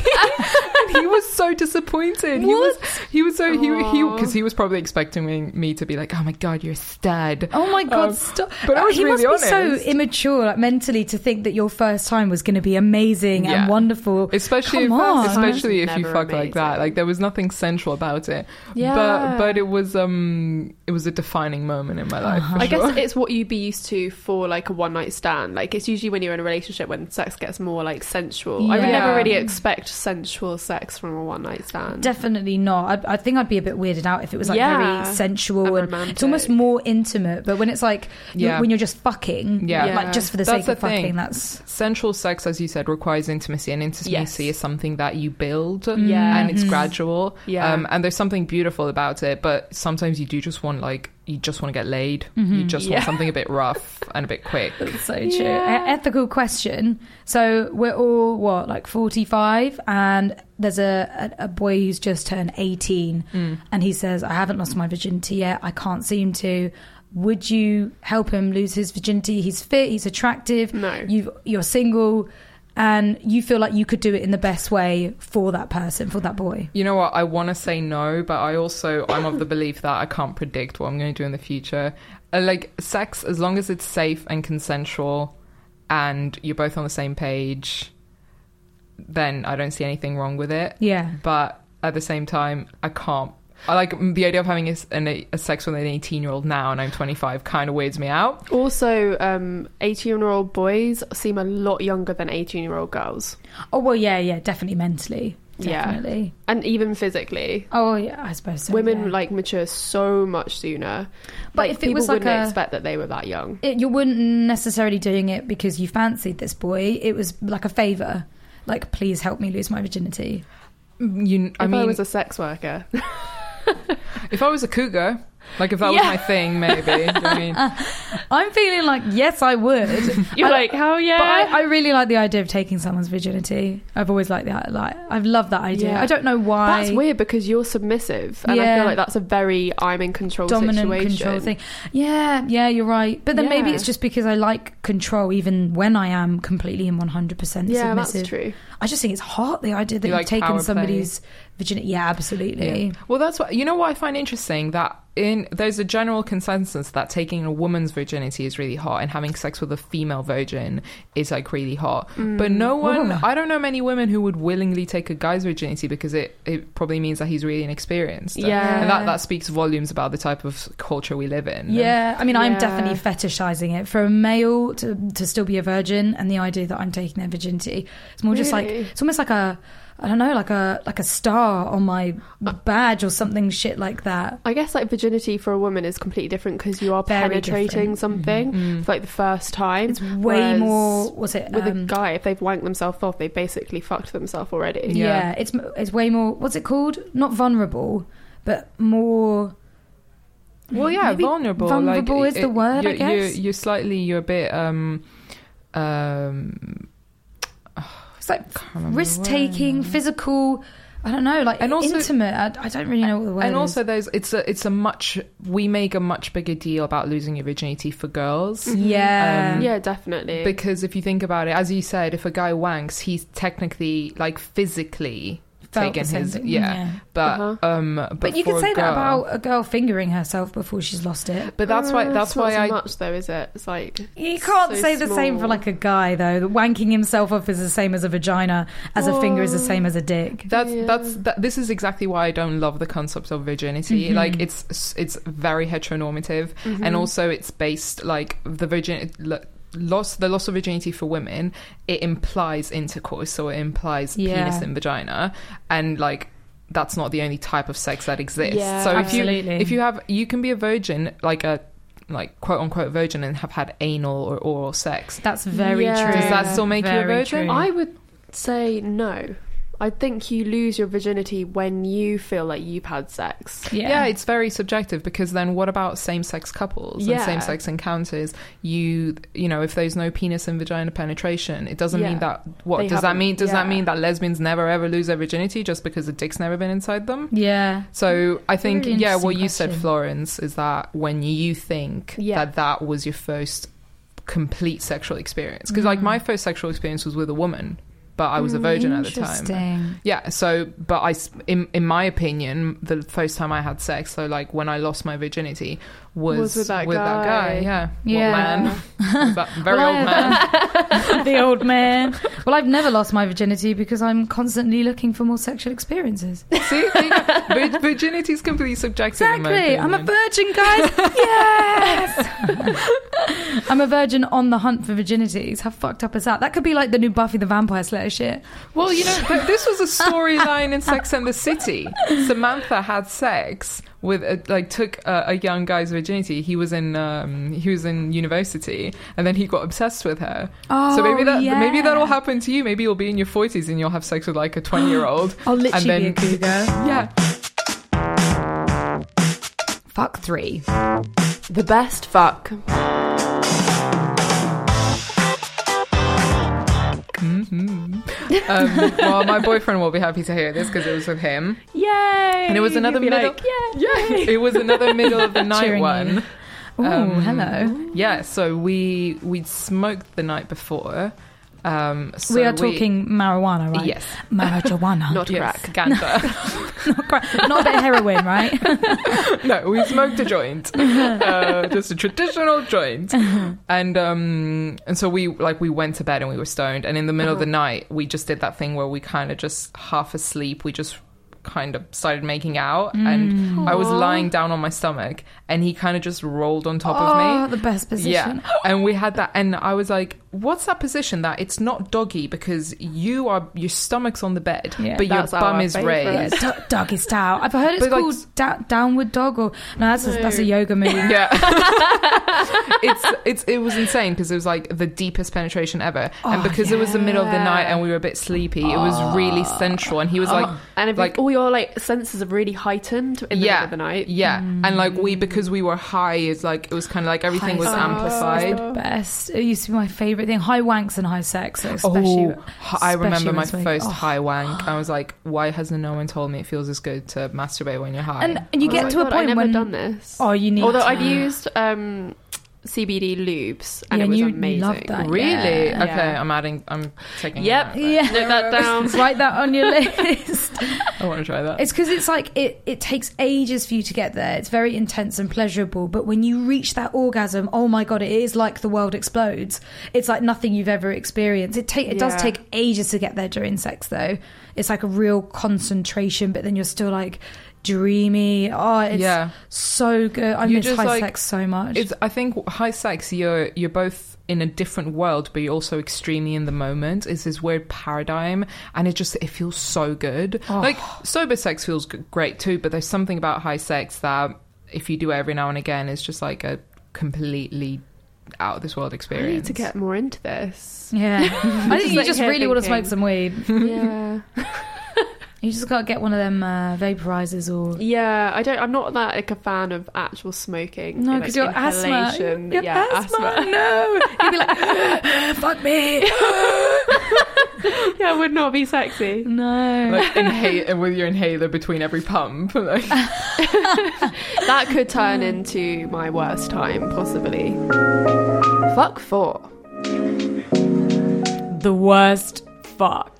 [SPEAKER 3] and he was so disappointed. He was he was so he he
[SPEAKER 1] Aw.
[SPEAKER 3] because he was probably expecting me, me to be like, "Oh my god, you're a stud."
[SPEAKER 2] (laughs) Oh my god!
[SPEAKER 3] Um,
[SPEAKER 2] stop.
[SPEAKER 3] but I was
[SPEAKER 2] he
[SPEAKER 3] really
[SPEAKER 2] must be
[SPEAKER 3] honest.
[SPEAKER 2] so immature, like mentally, to think that your first time was going to be amazing
[SPEAKER 3] Yeah.
[SPEAKER 2] and wonderful.
[SPEAKER 3] Especially,
[SPEAKER 2] Come on.
[SPEAKER 3] if, especially if you
[SPEAKER 1] Never
[SPEAKER 3] fuck like that,
[SPEAKER 1] amazing.
[SPEAKER 3] like there was nothing sensual about it.
[SPEAKER 1] Yeah.
[SPEAKER 3] But but it was um it was a defining moment in my life. for
[SPEAKER 1] I
[SPEAKER 3] sure.
[SPEAKER 1] guess it's what you'd be used to for like a one night stand. Like it's usually when you're in a relationship when sex gets more like sensual. I would
[SPEAKER 2] Yeah.
[SPEAKER 1] never really expect sensual sex from a one night stand.
[SPEAKER 2] Definitely not. I, I think I'd be a bit weirded out if it was like
[SPEAKER 1] Yeah.
[SPEAKER 2] very sensual
[SPEAKER 1] And
[SPEAKER 2] and, it's almost
[SPEAKER 1] romantic.
[SPEAKER 2] more intimate. But when it's like you-
[SPEAKER 3] Yeah.
[SPEAKER 2] when you're just fucking,
[SPEAKER 3] Yeah.
[SPEAKER 2] like just for the
[SPEAKER 3] That's
[SPEAKER 2] sake of
[SPEAKER 3] the thing.
[SPEAKER 2] fucking, that's
[SPEAKER 3] Sensual sex, as you said, requires intimacy, and intimacy
[SPEAKER 1] Yes.
[SPEAKER 3] is something that you build,
[SPEAKER 1] Yeah.
[SPEAKER 3] and it's gradual.
[SPEAKER 1] Yeah.
[SPEAKER 3] Um, and there's something beautiful about it, but sometimes you do just want like you just want to get laid. You just
[SPEAKER 1] Mm-hmm. Yeah.
[SPEAKER 3] want something a
[SPEAKER 1] (laughs)
[SPEAKER 3] bit rough and a bit quick.
[SPEAKER 2] so true.
[SPEAKER 1] Yeah.
[SPEAKER 2] E- ethical question. So we're all what like forty five, and there's a, a a boy who's just turned eighteen,
[SPEAKER 4] Mm.
[SPEAKER 2] and he says, "I haven't lost my virginity yet. I can't seem to." Would you help him lose his virginity? He's fit. He's attractive.
[SPEAKER 1] No.
[SPEAKER 2] you you're single. And you feel like you could do it in the best way for that person, for that boy.
[SPEAKER 3] You know what? I want to say no, but I also I'm of the belief that I can't predict what I'm going to do in the future. Uh, like sex, as long as it's safe and consensual, and you're both on the same page, then I don't see anything wrong with it.
[SPEAKER 2] Yeah.
[SPEAKER 3] but at the same time i can't I like mm, the idea of having a, s- an, a a sex with an 18 year old now and I'm 25 kind of weirds me out.
[SPEAKER 4] Also, um, 18 year old boys seem a lot younger than 18 year old girls.
[SPEAKER 2] Oh well, yeah, yeah, definitely mentally,
[SPEAKER 4] Yeah.
[SPEAKER 2] definitely.
[SPEAKER 4] And even physically.
[SPEAKER 2] Oh yeah, I suppose so.
[SPEAKER 4] Women
[SPEAKER 2] yeah.
[SPEAKER 4] like mature so much sooner.
[SPEAKER 2] But
[SPEAKER 4] Like,
[SPEAKER 2] if it
[SPEAKER 4] people
[SPEAKER 2] was like
[SPEAKER 4] wouldn't
[SPEAKER 2] a-
[SPEAKER 4] expect that they were that young.
[SPEAKER 2] it, you weren't necessarily doing it because you fancied this boy. It was like a favor, like please help me lose my virginity.
[SPEAKER 3] You, I
[SPEAKER 4] if
[SPEAKER 3] mean,
[SPEAKER 4] I was a sex worker,
[SPEAKER 3] if I was a cougar, like if that was
[SPEAKER 2] Yeah.
[SPEAKER 3] my thing, maybe. Do you know what I mean?
[SPEAKER 4] (laughs)
[SPEAKER 2] I'm feeling like yes, I would.
[SPEAKER 4] (laughs) you're
[SPEAKER 2] I-
[SPEAKER 4] like, hell yeah.
[SPEAKER 2] But I, I really like the idea of taking someone's virginity. I've always liked that. Like I've loved that idea.
[SPEAKER 4] Yeah.
[SPEAKER 2] I don't know why.
[SPEAKER 4] That's weird because you're submissive, and I
[SPEAKER 2] Yeah.
[SPEAKER 4] feel like that's a very I'm in control
[SPEAKER 2] Dominant
[SPEAKER 4] situation.
[SPEAKER 2] control thing. Yeah, yeah, you're right. But then maybe
[SPEAKER 4] Yeah.
[SPEAKER 2] it's just because I like control, even when I am completely and 100 percent
[SPEAKER 4] Yeah,
[SPEAKER 2] submissive.
[SPEAKER 4] that's true.
[SPEAKER 2] I just think it's hot the idea that
[SPEAKER 3] You
[SPEAKER 2] you've
[SPEAKER 3] like power
[SPEAKER 2] taken
[SPEAKER 3] play.
[SPEAKER 2] somebody's virginity. Yeah, absolutely.
[SPEAKER 3] Yeah. Well, that's what you know. What I find interesting that in there's a general consensus that taking a woman's virginity is really hot, and having sex with a female virgin is like really hot.
[SPEAKER 4] Mm.
[SPEAKER 3] But no one,
[SPEAKER 2] Ugh.
[SPEAKER 3] I don't know many women who would willingly take a guy's virginity because it it probably means that he's really inexperienced.
[SPEAKER 4] Yeah.
[SPEAKER 3] and that that speaks volumes about the type of culture we live in.
[SPEAKER 2] Yeah, I mean, I'm
[SPEAKER 4] Yeah.
[SPEAKER 2] definitely fetishizing it for a male to, to still be a virgin, and the idea that I'm taking their virginity. It's more just like
[SPEAKER 4] Really?
[SPEAKER 2] it's almost like a I don't know, like a like a star on my badge or something shit like that.
[SPEAKER 4] I guess like virginity for a woman is completely different because you are
[SPEAKER 2] Very
[SPEAKER 4] penetrating
[SPEAKER 2] different.
[SPEAKER 4] something
[SPEAKER 3] Mm-hmm. Mm.
[SPEAKER 4] for like the first time.
[SPEAKER 2] It's way
[SPEAKER 4] whereas
[SPEAKER 2] more. Was it
[SPEAKER 4] with a
[SPEAKER 2] um,
[SPEAKER 4] guy if they've wanked themselves off, they basically fucked themselves already.
[SPEAKER 2] Yeah.
[SPEAKER 3] Yeah.
[SPEAKER 2] it's it's way more. What's it called? Not vulnerable, but more.
[SPEAKER 3] Well, yeah,
[SPEAKER 2] Maybe
[SPEAKER 3] vulnerable.
[SPEAKER 2] vulnerable
[SPEAKER 3] like,
[SPEAKER 2] is the word, I
[SPEAKER 3] You're, you're-
[SPEAKER 2] guess.
[SPEAKER 3] You're, slightly, you're a bit. um um
[SPEAKER 2] (sighs) It's like
[SPEAKER 3] can't remember the
[SPEAKER 2] risk
[SPEAKER 3] word.
[SPEAKER 2] taking, physical. I don't know, like
[SPEAKER 3] And also-
[SPEAKER 2] intimate. I, I don't really know what the word
[SPEAKER 3] and
[SPEAKER 2] is.
[SPEAKER 3] also there's it's a it's a much we make a much bigger deal about losing your virginity for
[SPEAKER 2] Mm.
[SPEAKER 3] girls
[SPEAKER 2] yeah,
[SPEAKER 3] Um,
[SPEAKER 4] Yeah, definitely.
[SPEAKER 3] because if you think about it as you said if a guy wanks he's technically like physically
[SPEAKER 2] Felt the
[SPEAKER 3] taken
[SPEAKER 2] same
[SPEAKER 3] his
[SPEAKER 2] thing,
[SPEAKER 3] yeah,
[SPEAKER 2] yeah.
[SPEAKER 3] but
[SPEAKER 4] Uh-huh.
[SPEAKER 3] um but,
[SPEAKER 2] But you
[SPEAKER 3] for
[SPEAKER 2] could
[SPEAKER 3] a
[SPEAKER 2] say that
[SPEAKER 3] girl-
[SPEAKER 2] about a girl fingering herself before she's lost it.
[SPEAKER 3] but that's why
[SPEAKER 4] Uh,
[SPEAKER 3] that's
[SPEAKER 4] it's not
[SPEAKER 3] why
[SPEAKER 4] so
[SPEAKER 3] I
[SPEAKER 4] much though, is it? It's like
[SPEAKER 2] You can't
[SPEAKER 4] so
[SPEAKER 2] say the same for
[SPEAKER 4] small.
[SPEAKER 2] like a guy though. The wanking himself off is the same as a vagina, as a finger is the same as a dick.
[SPEAKER 3] that's
[SPEAKER 4] Yeah.
[SPEAKER 3] that's that, this is exactly why I don't love the concept of virginity. Like it's it's very heteronormative,
[SPEAKER 4] Mm-hmm. mm.
[SPEAKER 3] and also it's based like the virgin lo- loss the loss of virginity for women. It implies intercourse, so it implies
[SPEAKER 2] Yeah.
[SPEAKER 3] penis and vagina, and like that's not the only type of sex that exists.
[SPEAKER 4] Yeah.
[SPEAKER 3] so if
[SPEAKER 2] Absolutely.
[SPEAKER 3] you if you have you can be a virgin like a like quote unquote virgin and have had anal or oral sex.
[SPEAKER 2] That's very
[SPEAKER 4] Yeah.
[SPEAKER 2] true.
[SPEAKER 4] Does that
[SPEAKER 3] still make you a
[SPEAKER 2] Very
[SPEAKER 3] virgin?
[SPEAKER 2] true.
[SPEAKER 4] I would say no. I think you lose your virginity when you feel like you've had sex.
[SPEAKER 2] yeah.
[SPEAKER 3] Yeah. it's very subjective because then what about same-sex couples and
[SPEAKER 4] Yeah.
[SPEAKER 3] same-sex encounters? You you know, if there's no penis and vagina penetration, it doesn't mean
[SPEAKER 4] Yeah.
[SPEAKER 3] that what
[SPEAKER 4] They
[SPEAKER 3] does that
[SPEAKER 4] haven't-
[SPEAKER 3] mean? Does that
[SPEAKER 4] yeah.
[SPEAKER 3] mean that lesbians never ever lose their virginity just because the dick's never been inside them?
[SPEAKER 2] yeah.
[SPEAKER 4] Mm,
[SPEAKER 3] So I think
[SPEAKER 2] Really
[SPEAKER 3] yeah, what
[SPEAKER 2] interesting
[SPEAKER 3] you said,
[SPEAKER 2] question.
[SPEAKER 3] Florence, is that when you think
[SPEAKER 4] Yeah.
[SPEAKER 3] that that was your first complete sexual experience, because
[SPEAKER 4] Mm.
[SPEAKER 3] like my first sexual experience was with a woman, but I was a virgin at the time.
[SPEAKER 2] Interesting.
[SPEAKER 3] Yeah. So, but I, s- in in my opinion, the first time I had sex, so like when I lost my virginity, was,
[SPEAKER 4] Was with that guy.
[SPEAKER 3] Yeah.
[SPEAKER 2] Yeah.
[SPEAKER 4] Um,
[SPEAKER 3] Old man. (laughs) That very
[SPEAKER 2] Well, I-
[SPEAKER 3] old
[SPEAKER 2] (laughs)
[SPEAKER 3] man.
[SPEAKER 2] the old
[SPEAKER 3] (laughs)
[SPEAKER 2] man. Well, I've never lost my virginity because I'm constantly looking for more sexual experiences.
[SPEAKER 3] See, there you go. Vir- virginity is completely subjective. in my
[SPEAKER 2] Exactly. I'm a
[SPEAKER 3] opinion.
[SPEAKER 2] virgin, guys.
[SPEAKER 3] (laughs)
[SPEAKER 2] yes. (laughs) I'm a virgin on the hunt for virginities. How fucked up is that? That could be like the new Buffy the Vampire Slayer shit.
[SPEAKER 3] Well, you know, th- this was a storyline in Sex and
[SPEAKER 2] (laughs)
[SPEAKER 3] the City. Samantha had sex with, a, like, took a, a young guy's virginity. He was in, um, he was in university, and then he got obsessed with her. so maybe
[SPEAKER 2] Oh,
[SPEAKER 3] that,
[SPEAKER 2] yeah.
[SPEAKER 3] maybe that'll happen to you. Maybe you'll be in your forties and you'll have sex with like a twenty-year-old.
[SPEAKER 2] I'll (gasps) literally
[SPEAKER 3] and then,
[SPEAKER 2] be a cougar.
[SPEAKER 3] yeah.
[SPEAKER 2] Fuck three.
[SPEAKER 1] The best fuck.
[SPEAKER 3] (laughs) Um, well, my boyfriend will be happy to hear this because it was with him.
[SPEAKER 4] Yay!
[SPEAKER 3] And it was another
[SPEAKER 4] You'd be
[SPEAKER 3] middle-
[SPEAKER 4] like, yay!
[SPEAKER 3] It was another
[SPEAKER 2] (laughs)
[SPEAKER 3] middle of the night
[SPEAKER 2] Cheering you.
[SPEAKER 3] one.
[SPEAKER 2] Ooh,
[SPEAKER 3] Um,
[SPEAKER 2] hello.
[SPEAKER 3] Yeah, so we we'd smoked the night before. Um, so
[SPEAKER 2] we are talking marijuana, right?
[SPEAKER 3] Yes. (laughs)
[SPEAKER 2] Marijuana.
[SPEAKER 4] Not
[SPEAKER 3] Yes,
[SPEAKER 4] crack.
[SPEAKER 2] (laughs)
[SPEAKER 3] ganja.
[SPEAKER 2] not, cra- not a bit of heroin,
[SPEAKER 3] (laughs)
[SPEAKER 2] right?
[SPEAKER 3] no, we smoked a joint, uh, just a traditional joint, and um, and so we like we went to bed and we were stoned, and in the middle of the night we just did that thing where we kind of just half asleep, we just kind of started making out, and I was
[SPEAKER 4] Aw.
[SPEAKER 3] lying down on my stomach, and he kind of just rolled on top
[SPEAKER 2] oh,
[SPEAKER 3] of me.
[SPEAKER 2] the best position.
[SPEAKER 3] Yeah, and we had that, and I was like, "What's that position? That it's not doggy because you are your stomach's on the bed,
[SPEAKER 2] Yeah,
[SPEAKER 3] but your
[SPEAKER 4] that's our
[SPEAKER 3] bum is
[SPEAKER 4] favourite.
[SPEAKER 2] Yeah,
[SPEAKER 3] raised."
[SPEAKER 2] do- doggy style. I've heard it's
[SPEAKER 3] But, like,
[SPEAKER 2] called da- downward dog or no, that's a, that's a yoga move.
[SPEAKER 3] Yeah, (laughs) it's it's it was insane because it was like the deepest penetration ever, and
[SPEAKER 2] Oh,
[SPEAKER 3] because it was the middle of the
[SPEAKER 4] yeah.
[SPEAKER 3] night and we were a bit sleepy, it was really
[SPEAKER 2] Ah.
[SPEAKER 3] sensual, and he was
[SPEAKER 2] (gasps)
[SPEAKER 3] like.
[SPEAKER 4] (laughs) and if
[SPEAKER 3] like-
[SPEAKER 4] all your like senses are really heightened in the middle of the night.
[SPEAKER 3] Yeah, and like we because we were high, it's like it was kind of like everything was
[SPEAKER 2] Mm. High sex is
[SPEAKER 3] amplified.
[SPEAKER 2] The best. It used to be my favorite thing. High wanks and high sex, especially.
[SPEAKER 3] Oh, hi- I remember
[SPEAKER 2] especially
[SPEAKER 3] my
[SPEAKER 2] when it's
[SPEAKER 3] first
[SPEAKER 2] like- oh.
[SPEAKER 3] high wank. I was like, why hasn't no one told me it feels as good to masturbate when you're high?
[SPEAKER 2] And, uh, and you
[SPEAKER 4] Oh
[SPEAKER 2] get
[SPEAKER 4] my
[SPEAKER 2] to a
[SPEAKER 4] God,
[SPEAKER 2] point
[SPEAKER 4] I never
[SPEAKER 2] when
[SPEAKER 4] done this.
[SPEAKER 2] oh you need.
[SPEAKER 4] Although
[SPEAKER 2] to.
[SPEAKER 4] I've used um, CBD lubes and
[SPEAKER 2] Yeah,
[SPEAKER 4] it was
[SPEAKER 2] you- you
[SPEAKER 4] amazing.
[SPEAKER 2] love that.
[SPEAKER 3] really?
[SPEAKER 2] Yeah.
[SPEAKER 3] Okay,
[SPEAKER 4] Yeah.
[SPEAKER 3] I'm adding. I'm taking. it
[SPEAKER 4] Yep.
[SPEAKER 3] out, but (laughs)
[SPEAKER 2] yeah,
[SPEAKER 4] Note (laughs) that down.
[SPEAKER 2] write that on your list. (laughs)
[SPEAKER 3] I want to try that.
[SPEAKER 2] It's because it's like it, it takes ages for you to get there. It's very intense and pleasurable. But when you reach that orgasm, oh my God, it is like the world explodes. It's like nothing you've ever experienced. It, take, it does
[SPEAKER 4] Yeah.
[SPEAKER 2] take ages to get there during sex, though. It's like a real concentration, but then you're still like dreamy. Oh, it's
[SPEAKER 3] yeah.
[SPEAKER 2] so good. I
[SPEAKER 3] You
[SPEAKER 2] miss
[SPEAKER 3] just,
[SPEAKER 2] high
[SPEAKER 3] like-
[SPEAKER 2] sex so much.
[SPEAKER 3] It's. I think high sex. You're you're both in a different world, but you're also extremely in the moment. It's this weird paradigm, and it just it feels so good.
[SPEAKER 2] Oh.
[SPEAKER 3] Like sober sex feels g- great too, but there's something about high sex that if you do every now and again, it's just like a completely out of this world
[SPEAKER 4] I
[SPEAKER 3] experience.
[SPEAKER 4] need to get more into this.
[SPEAKER 2] yeah. I think
[SPEAKER 4] Just
[SPEAKER 2] you
[SPEAKER 4] like
[SPEAKER 2] just
[SPEAKER 4] here
[SPEAKER 2] really want to
[SPEAKER 4] thinking.
[SPEAKER 2] smoke some weed.
[SPEAKER 4] (laughs) (laughs) yeah.
[SPEAKER 2] You just got to get one of them uh, vaporizers or.
[SPEAKER 4] Yeah, I don't. I'm not that like a fan of actual smoking.
[SPEAKER 2] No,
[SPEAKER 4] like,
[SPEAKER 2] because your asthma.
[SPEAKER 4] inhalation.
[SPEAKER 2] Your
[SPEAKER 4] yeah,
[SPEAKER 2] asthma. (laughs) No. You'd be like, fuck me.
[SPEAKER 4] yeah, it would not be sexy.
[SPEAKER 2] No.
[SPEAKER 3] like inhale with your inhaler between every pump. (laughs) Like,
[SPEAKER 4] That could turn into my worst time, possibly. Fuck four.
[SPEAKER 2] the worst fuck.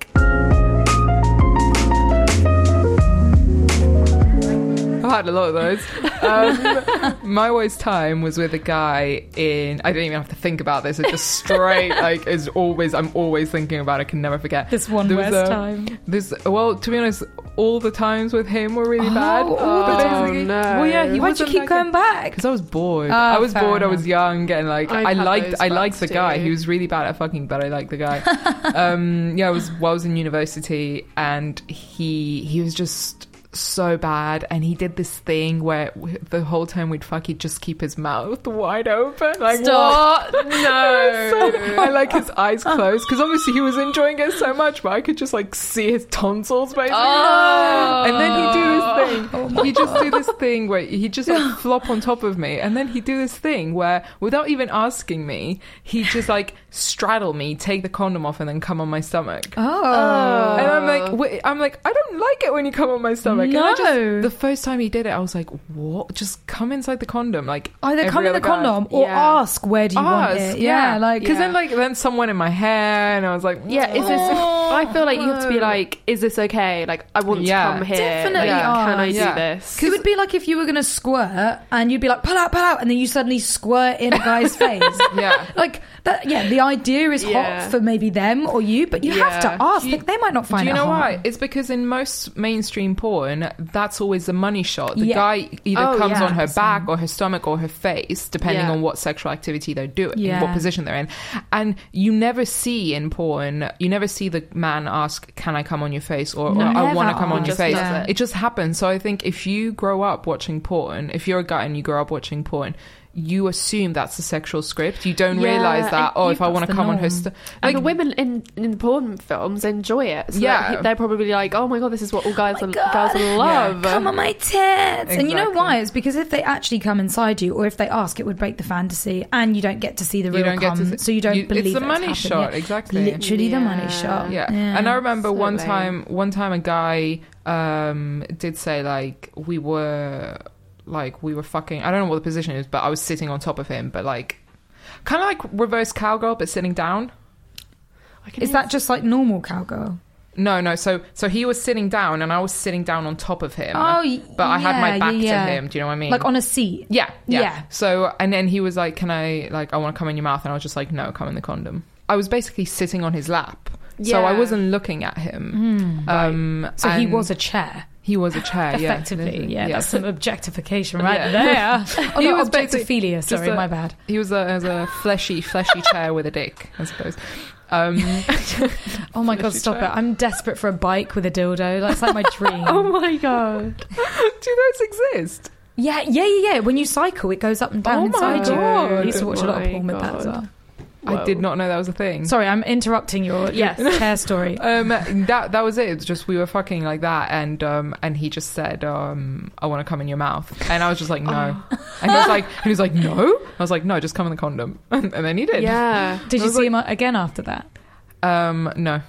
[SPEAKER 3] I've had a lot of those.
[SPEAKER 2] (laughs)
[SPEAKER 3] Um, my worst time was with a guy in. I didn't even have to think about this. It's just
[SPEAKER 2] (laughs)
[SPEAKER 3] straight. like it's always. I'm always thinking about. it. I can never forget
[SPEAKER 2] This one
[SPEAKER 3] There was
[SPEAKER 2] worst
[SPEAKER 3] a-
[SPEAKER 2] time.
[SPEAKER 3] This. Well, to be honest, all the times with him were really bad. Um,
[SPEAKER 2] Oh, all the times.
[SPEAKER 4] no.
[SPEAKER 3] Well, yeah, he
[SPEAKER 2] Why'd you
[SPEAKER 3] wasn't
[SPEAKER 2] keep
[SPEAKER 3] that
[SPEAKER 2] going back?
[SPEAKER 3] Because I was bored.
[SPEAKER 2] Oh,
[SPEAKER 3] I was
[SPEAKER 2] fair
[SPEAKER 3] bored. I
[SPEAKER 2] enough.
[SPEAKER 3] was young, and like
[SPEAKER 4] I've
[SPEAKER 3] i
[SPEAKER 4] had
[SPEAKER 3] liked,
[SPEAKER 4] those
[SPEAKER 3] I liked the
[SPEAKER 4] bouts
[SPEAKER 3] guy.
[SPEAKER 4] too.
[SPEAKER 3] He was really bad at fucking, but I liked
[SPEAKER 2] (laughs)
[SPEAKER 3] the guy. um, yeah, I was. Well, I was in university, and he he was just so bad and he did this thing where w- the whole time we'd fuck he'd just keep his mouth (laughs) wide open like
[SPEAKER 2] Stop.
[SPEAKER 4] (laughs)
[SPEAKER 2] (laughs)
[SPEAKER 3] what (laughs) no and like his eyes closed because obviously he was enjoying it so much but I could just like see his tonsils basically and
[SPEAKER 2] Oh.
[SPEAKER 3] then he'd do this thing. he'd just do this thing where he'd
[SPEAKER 2] (laughs)
[SPEAKER 3] just like flop on top of me. And then he'd do this thing where, without even asking me, he'd just like straddle me, take the condom off, and then come on my stomach.
[SPEAKER 2] Oh.
[SPEAKER 3] And I'm like, wait, I'm like, I don't like it when you come on my stomach. And I just-
[SPEAKER 2] No.
[SPEAKER 3] the first time he did it, I was like, what? Just come inside the condom, like
[SPEAKER 2] Either
[SPEAKER 3] every
[SPEAKER 2] come in the
[SPEAKER 3] other guy.
[SPEAKER 2] condom or
[SPEAKER 4] Yeah.
[SPEAKER 2] ask where do you want
[SPEAKER 3] Ask,
[SPEAKER 2] it? Yeah, like
[SPEAKER 3] because
[SPEAKER 4] Yeah.
[SPEAKER 3] then like then someone in my hair, and I was like,
[SPEAKER 4] Yeah, is this?
[SPEAKER 2] Oh, (laughs)
[SPEAKER 4] I feel like you have to be like, is this okay? Like, I want
[SPEAKER 3] Yeah.
[SPEAKER 4] to come here.
[SPEAKER 2] Definitely
[SPEAKER 4] Like, Can I
[SPEAKER 2] ask.
[SPEAKER 4] do
[SPEAKER 3] Yeah.
[SPEAKER 4] this?
[SPEAKER 2] it would be like if you were gonna squirt and you'd be like pull out, pull out, and then you suddenly squirt in a guy's
[SPEAKER 3] (laughs)
[SPEAKER 2] face.
[SPEAKER 3] yeah.
[SPEAKER 2] Like that, yeah. The idea is
[SPEAKER 4] Yeah.
[SPEAKER 2] hot for maybe them or you, but you have
[SPEAKER 4] Yeah.
[SPEAKER 2] to ask.
[SPEAKER 3] Do you-
[SPEAKER 2] like, they might not find
[SPEAKER 3] Do you
[SPEAKER 2] it
[SPEAKER 3] know
[SPEAKER 2] hot.
[SPEAKER 3] why? It's because in most mainstream porn, that's always the money shot. The
[SPEAKER 2] Yeah.
[SPEAKER 3] guy either
[SPEAKER 4] Oh,
[SPEAKER 3] comes
[SPEAKER 4] yeah.
[SPEAKER 3] on her back or her stomach or her face, depending
[SPEAKER 4] Yeah.
[SPEAKER 3] on what sexual activity they're doing,
[SPEAKER 2] Yeah.
[SPEAKER 3] what position they're in. And you never see in porn, you never see the man ask, "Can I come on your face?" or, or
[SPEAKER 2] No.
[SPEAKER 3] "I want to
[SPEAKER 2] Never.
[SPEAKER 3] come on
[SPEAKER 2] It
[SPEAKER 3] your
[SPEAKER 4] just
[SPEAKER 3] face."
[SPEAKER 4] does it.
[SPEAKER 3] It just happens. So I think if you grow up watching porn, if you're a guy and you grow up watching porn. You assume that's the sexual script. You don't
[SPEAKER 4] Yeah,
[SPEAKER 3] realize that.
[SPEAKER 4] and
[SPEAKER 3] Oh,
[SPEAKER 4] you-
[SPEAKER 3] if I
[SPEAKER 2] that's
[SPEAKER 3] want to
[SPEAKER 2] the
[SPEAKER 3] come on her,
[SPEAKER 2] norm.
[SPEAKER 3] st-
[SPEAKER 4] and the women in, in porn films enjoy it. So
[SPEAKER 3] Yeah.
[SPEAKER 4] yeah, they're probably like, oh my god, this is what all guys
[SPEAKER 2] my
[SPEAKER 4] are, girls
[SPEAKER 2] God.
[SPEAKER 4] love.
[SPEAKER 2] Come on my tits. And you know
[SPEAKER 3] Exactly.
[SPEAKER 2] why? It's because if they actually come inside you, or if they ask, it would break the fantasy, and you don't get to see the real cum,
[SPEAKER 3] s-
[SPEAKER 2] so you don't believe
[SPEAKER 3] it's the money
[SPEAKER 2] happened
[SPEAKER 3] shot
[SPEAKER 2] yet.
[SPEAKER 3] exactly
[SPEAKER 2] Literally the money
[SPEAKER 4] Yeah.
[SPEAKER 2] shot.
[SPEAKER 3] yeah. and i remember
[SPEAKER 4] So
[SPEAKER 3] one
[SPEAKER 4] lame.
[SPEAKER 3] time one time a guy um did say like we were like we were fucking i don't know what the position is but i was sitting on top of him but like kind of like reverse cowgirl but sitting down
[SPEAKER 4] I can
[SPEAKER 2] Is that just like normal cowgirl?
[SPEAKER 3] no no so so he was sitting down and i was sitting down on top of him
[SPEAKER 2] Oh,
[SPEAKER 3] but i had my
[SPEAKER 2] yeah,
[SPEAKER 3] back
[SPEAKER 2] yeah.
[SPEAKER 3] to him do you know what i mean
[SPEAKER 2] Like on a seat.
[SPEAKER 3] yeah, yeah
[SPEAKER 2] Yeah.
[SPEAKER 3] so and then he was like can i like i want to come in your mouth and i was just like no come in the condom i was basically sitting on his lap so i
[SPEAKER 4] Yeah.
[SPEAKER 3] wasn't looking at him Um,
[SPEAKER 2] Mm-hmm. So he
[SPEAKER 3] and
[SPEAKER 2] was a chair.
[SPEAKER 3] He was a chair, yeah.
[SPEAKER 2] Effectively, yeah,
[SPEAKER 3] Yeah.
[SPEAKER 2] that's some objectification right
[SPEAKER 3] Yeah.
[SPEAKER 2] (laughs) there. Oh,
[SPEAKER 3] He
[SPEAKER 2] no,
[SPEAKER 3] was basically
[SPEAKER 2] objectophilia.
[SPEAKER 3] just
[SPEAKER 2] Sorry,
[SPEAKER 3] a-
[SPEAKER 2] my bad.
[SPEAKER 3] He was a, as a fleshy, fleshy chair with a dick, I suppose.
[SPEAKER 2] (laughs)
[SPEAKER 3] Um,
[SPEAKER 2] Oh my god, stop it! I'm desperate for a bike with a dildo. That's
[SPEAKER 3] (laughs)
[SPEAKER 2] like my dream.
[SPEAKER 4] Oh
[SPEAKER 3] Oh
[SPEAKER 4] my god.
[SPEAKER 3] do those exist?
[SPEAKER 2] Yeah, yeah, yeah, yeah. When you cycle, it goes up and down
[SPEAKER 3] Oh my
[SPEAKER 2] inside you. I
[SPEAKER 3] God. Oh
[SPEAKER 2] used to watch a lot of
[SPEAKER 4] My
[SPEAKER 2] porn with that as
[SPEAKER 4] God.
[SPEAKER 2] well.
[SPEAKER 3] I did not know that was a thing.
[SPEAKER 2] Sorry, I'm interrupting your yes.
[SPEAKER 1] Yes.
[SPEAKER 2] chair
[SPEAKER 3] (laughs)
[SPEAKER 2] story.
[SPEAKER 3] Um, that that was it. It was just we were fucking like that, and um, and he just said, um, "I want to come in your mouth," and I was just like, "No,"
[SPEAKER 2] Oh.
[SPEAKER 3] and he was like, and he was like, "No," I was like, "No, just come in the condom," (laughs) and then he did.
[SPEAKER 4] Yeah.
[SPEAKER 2] Did
[SPEAKER 3] I
[SPEAKER 2] you
[SPEAKER 3] was
[SPEAKER 2] see him again after that?
[SPEAKER 3] Um, no.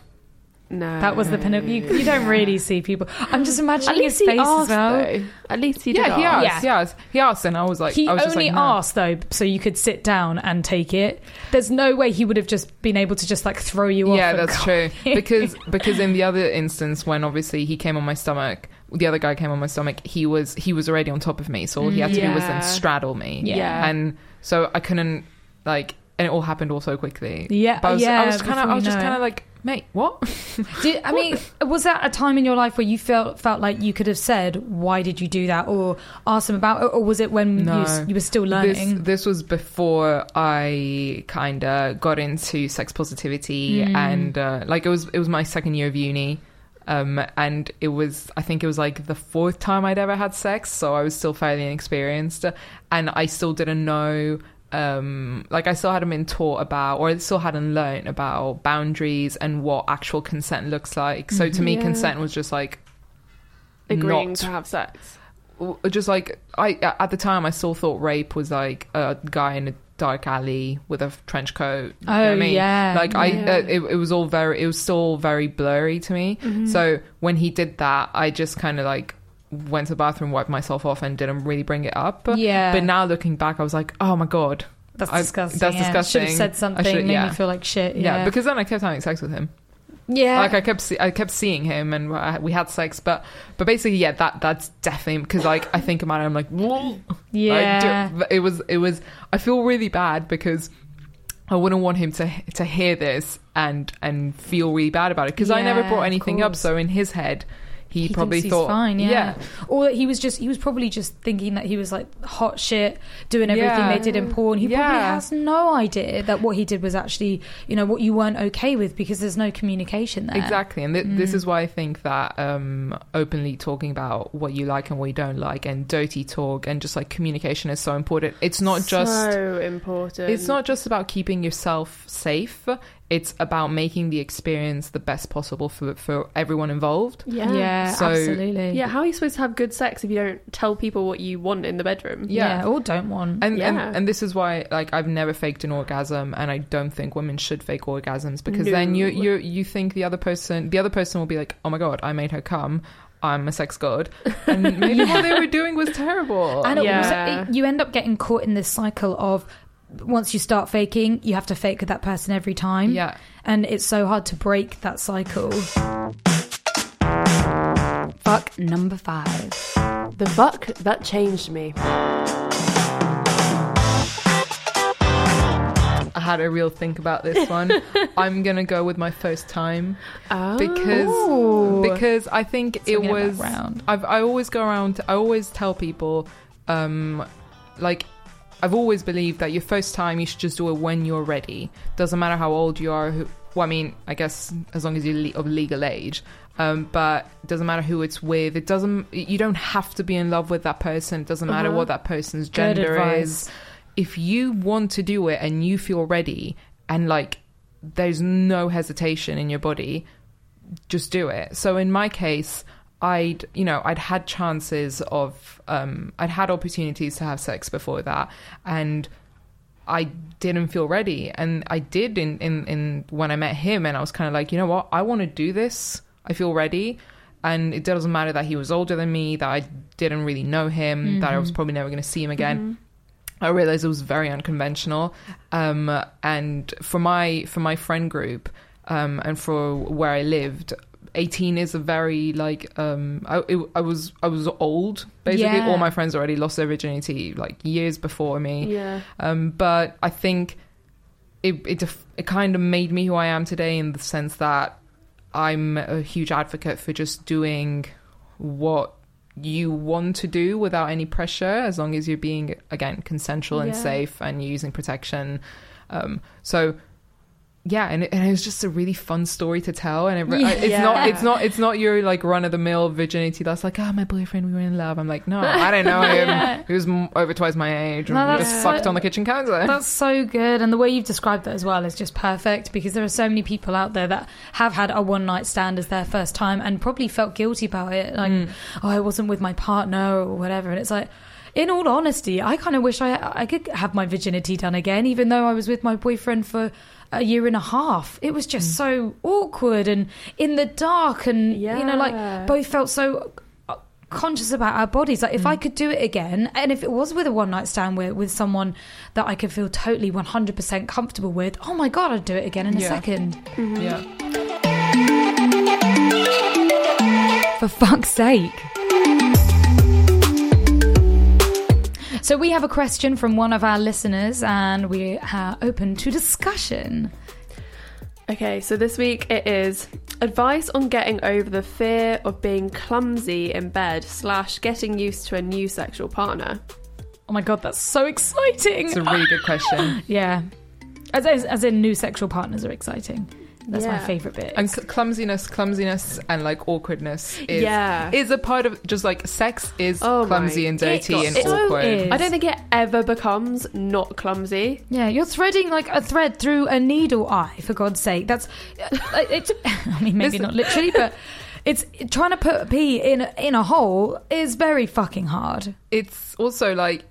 [SPEAKER 4] No.
[SPEAKER 2] That was the pinnacle. You, you don't really see people. I'm just
[SPEAKER 4] At
[SPEAKER 2] imagining
[SPEAKER 4] least
[SPEAKER 2] his
[SPEAKER 4] he
[SPEAKER 2] face as
[SPEAKER 4] asked,
[SPEAKER 2] well.
[SPEAKER 4] though. At least he did
[SPEAKER 3] Yeah, he
[SPEAKER 4] ask.
[SPEAKER 3] asked.
[SPEAKER 2] Yeah.
[SPEAKER 3] He asked. He asked, and I was like,
[SPEAKER 2] He
[SPEAKER 3] I was just
[SPEAKER 2] only
[SPEAKER 3] like, no.
[SPEAKER 2] asked though, so you could sit down and take it. There's no way he would have just been able to just like throw you off.
[SPEAKER 3] Yeah,
[SPEAKER 2] and
[SPEAKER 3] that's
[SPEAKER 2] go-
[SPEAKER 3] true. Because because in the other instance, when obviously he came on my stomach, the other guy came on my stomach. He was he was already on top of me, so all he had to do was
[SPEAKER 4] Yeah.
[SPEAKER 3] then straddle me.
[SPEAKER 2] Yeah.
[SPEAKER 4] Yeah.
[SPEAKER 3] and so I couldn't like, and it all happened all so quickly.
[SPEAKER 2] (laughs) Yeah,
[SPEAKER 3] but I was,
[SPEAKER 2] yeah,
[SPEAKER 3] I was kind
[SPEAKER 2] before
[SPEAKER 3] of, I
[SPEAKER 2] you
[SPEAKER 3] was just
[SPEAKER 2] know
[SPEAKER 3] kind
[SPEAKER 2] it.
[SPEAKER 3] of like, mate, what?
[SPEAKER 2] Did, I mean, was that a time in your life where you felt felt like you could have said, "Why did you do that?" or asked him about it, or was it when you,
[SPEAKER 3] No.
[SPEAKER 2] s- you were still learning? Oh,
[SPEAKER 3] This, this was before I kind of got into sex positivity,
[SPEAKER 2] Hmm.
[SPEAKER 3] and uh, like it was it was my second year of uni, um, and it was I think it was like the fourth time I'd ever had sex, so I was still fairly inexperienced, and I still didn't know. Um, like I still hadn't been taught about, or I still hadn't learned about boundaries and what actual consent looks like. So to me,
[SPEAKER 4] Yeah.
[SPEAKER 3] consent was just like
[SPEAKER 4] Agreeing
[SPEAKER 3] not
[SPEAKER 4] to have sex.
[SPEAKER 3] w- just like I at the time I still thought rape was like a guy in a dark alley with a f- trench coat. You know what
[SPEAKER 2] Oh,
[SPEAKER 3] I mean?
[SPEAKER 2] yeah,
[SPEAKER 3] Like I,
[SPEAKER 4] yeah.
[SPEAKER 3] uh, it, it was all very, it was still very blurry to me.
[SPEAKER 2] Mm-hmm.
[SPEAKER 3] So when he did that, I just kind of like went to the bathroom, wiped myself off, and didn't really bring it up.
[SPEAKER 2] Yeah.
[SPEAKER 3] uh, But now looking back, I was like, oh my god,
[SPEAKER 2] that's
[SPEAKER 3] I-
[SPEAKER 2] disgusting.
[SPEAKER 3] that's
[SPEAKER 2] yeah.
[SPEAKER 3] disgusting.
[SPEAKER 2] Should have said something.
[SPEAKER 3] I should-
[SPEAKER 2] made
[SPEAKER 3] yeah.
[SPEAKER 2] me feel like shit.
[SPEAKER 3] yeah.
[SPEAKER 2] Yeah,
[SPEAKER 3] Because then I kept having sex with him.
[SPEAKER 2] yeah.
[SPEAKER 3] Like I kept, see- I kept seeing him, and I, we had sex. But, but basically, yeah, that that's definitely because like I think about it, I'm (laughs) like, I do-
[SPEAKER 2] yeah.
[SPEAKER 3] but it was. It was. I feel really bad because I wouldn't want him to to hear this and and feel really bad about it because I never
[SPEAKER 2] Yeah,
[SPEAKER 3] brought
[SPEAKER 2] of
[SPEAKER 3] anything up.
[SPEAKER 2] course.
[SPEAKER 3] So in his head, he,
[SPEAKER 2] He
[SPEAKER 3] probably
[SPEAKER 2] thinks he's
[SPEAKER 3] thought,
[SPEAKER 2] fine, yeah. Or that he was just he was probably just thinking that he was like hot shit doing everything
[SPEAKER 3] Yeah.
[SPEAKER 2] they did in porn. He probably
[SPEAKER 3] Yeah.
[SPEAKER 2] has no idea that what he did was actually, you know, what you weren't okay with because there's no communication there.
[SPEAKER 3] Exactly, and th-
[SPEAKER 2] Mm.
[SPEAKER 3] this is why I think that um, openly talking about what you like and what you don't like, and dirty talk, and just like communication is so important. It's not just
[SPEAKER 4] so important.
[SPEAKER 3] It's not just about keeping yourself safe. It's about making the experience the best possible for for everyone involved.
[SPEAKER 4] Yeah.
[SPEAKER 2] Yeah,
[SPEAKER 3] So-
[SPEAKER 2] absolutely.
[SPEAKER 4] Yeah, how are you supposed to have good sex if you don't tell people what you want in the bedroom?
[SPEAKER 3] Yeah.
[SPEAKER 2] yeah, or don't want.
[SPEAKER 3] And,
[SPEAKER 4] Yeah.
[SPEAKER 3] and and this is why like I've never faked an orgasm and I don't think women should fake orgasms because then you
[SPEAKER 4] No.
[SPEAKER 3] you you think the other person the other person will be like, "Oh my god, I made her come. I'm a sex god." And maybe what they were doing was terrible.
[SPEAKER 2] And it
[SPEAKER 4] Yeah.
[SPEAKER 2] also, it- you end up getting caught in this cycle of once you start faking, you have to fake with that person every time.
[SPEAKER 3] yeah.
[SPEAKER 2] And it's so hard to break that
[SPEAKER 3] (sighs)
[SPEAKER 2] cycle. Fuck number five.
[SPEAKER 1] The fuck that changed me.
[SPEAKER 3] I had a real think about this one. I'm going to go with my first time because
[SPEAKER 4] Oh.
[SPEAKER 3] because I think it
[SPEAKER 2] Thinking about
[SPEAKER 3] was
[SPEAKER 2] round.
[SPEAKER 3] I've I always go around I always tell people um like I've always believed that your first time you should just do it when you're ready. Doesn't matter how old you are. Who, well, I mean, I guess as long as you're le- of legal age. Um, but doesn't matter who it's with. It doesn't. You don't have to be in love with that person. It doesn't matter
[SPEAKER 4] Uh-huh.
[SPEAKER 3] what that person's
[SPEAKER 2] Good
[SPEAKER 3] gender
[SPEAKER 2] advice.
[SPEAKER 3] is if you want to do it and you feel ready and like there's no hesitation in your body just do it so in my case i'd you know i'd had chances of um i'd had opportunities to have sex before that and i didn't feel ready and i did in in, in when i met him and i was kind of like you know what i want to do this i feel ready and it doesn't matter that he was older than me that i didn't really know him that i was probably never going to see him again I realized it was very unconventional, um, and for my for my friend group um, and for where I lived, eighteen is a very like um, I, it- I was I was old basically.
[SPEAKER 2] Yeah.
[SPEAKER 3] All my friends already lost their virginity like years before me,
[SPEAKER 4] Mm-hmm. Yeah.
[SPEAKER 3] um, but I think it it, def- it kind of made me who I am today in the sense that I'm a huge advocate for just doing what you want to do without any pressure, as long as you're being again consensual and
[SPEAKER 4] Yeah.
[SPEAKER 3] safe and you're using protection. Um, so yeah, and it, and it was just a really fun story to tell. And it, I- it's
[SPEAKER 4] Yeah.
[SPEAKER 3] not it's not it's not your like run of the mill virginity that's like ah my boyfriend we were in love. I'm like no I don't know him. He was m- over twice my age.
[SPEAKER 2] No,
[SPEAKER 3] and we
[SPEAKER 2] that's
[SPEAKER 3] just
[SPEAKER 2] so-
[SPEAKER 3] fucked on the kitchen counter.
[SPEAKER 2] (laughs) That's so good. And the way you've described that as well is just perfect because there are so many people out there that have had a one night stand as their first time and probably felt guilty about it. Like,
[SPEAKER 3] Mm.
[SPEAKER 2] oh, I wasn't with my partner or whatever. And it's like, in all honesty, I kind of wish I, I could have my virginity done again, even though I was with my boyfriend for a year and a half. It was just so awkward and in the dark. And, you know,
[SPEAKER 4] Yeah.
[SPEAKER 2] like both felt so uh, conscious about our bodies. Like if
[SPEAKER 3] Mm.
[SPEAKER 2] I could do it again, and if it was with a one night stand with with someone that I could feel totally one hundred percent comfortable with, oh my god, I'd do it again in a
[SPEAKER 3] Yeah.
[SPEAKER 2] second.
[SPEAKER 3] yeah.
[SPEAKER 2] For fuck's sake. So we have a question from one of our listeners, and we are open to discussion.
[SPEAKER 4] Okay, so this week it is advice on getting over the fear of being clumsy in bed slash getting used to a new sexual partner.
[SPEAKER 2] Oh my god, that's so exciting!
[SPEAKER 3] It's a really
[SPEAKER 2] (laughs)
[SPEAKER 3] good question.
[SPEAKER 2] yeah, as, as as in new sexual partners are exciting. That's my
[SPEAKER 4] Yeah.
[SPEAKER 2] favorite bit.
[SPEAKER 3] And cl- clumsiness, clumsiness, and like awkwardness is
[SPEAKER 4] Yeah.
[SPEAKER 3] is a part of just like sex is
[SPEAKER 4] Oh my-
[SPEAKER 3] clumsy and dirty
[SPEAKER 2] It
[SPEAKER 3] and
[SPEAKER 2] so
[SPEAKER 3] awkward.
[SPEAKER 2] is.
[SPEAKER 4] I don't think it ever becomes not clumsy.
[SPEAKER 2] Yeah, you're threading like a thread through a needle eye, for God's sake. That's, uh, it, (laughs) I mean, maybe not literally, but it's trying to put a pea in a, in a hole is very fucking hard.
[SPEAKER 3] It's also like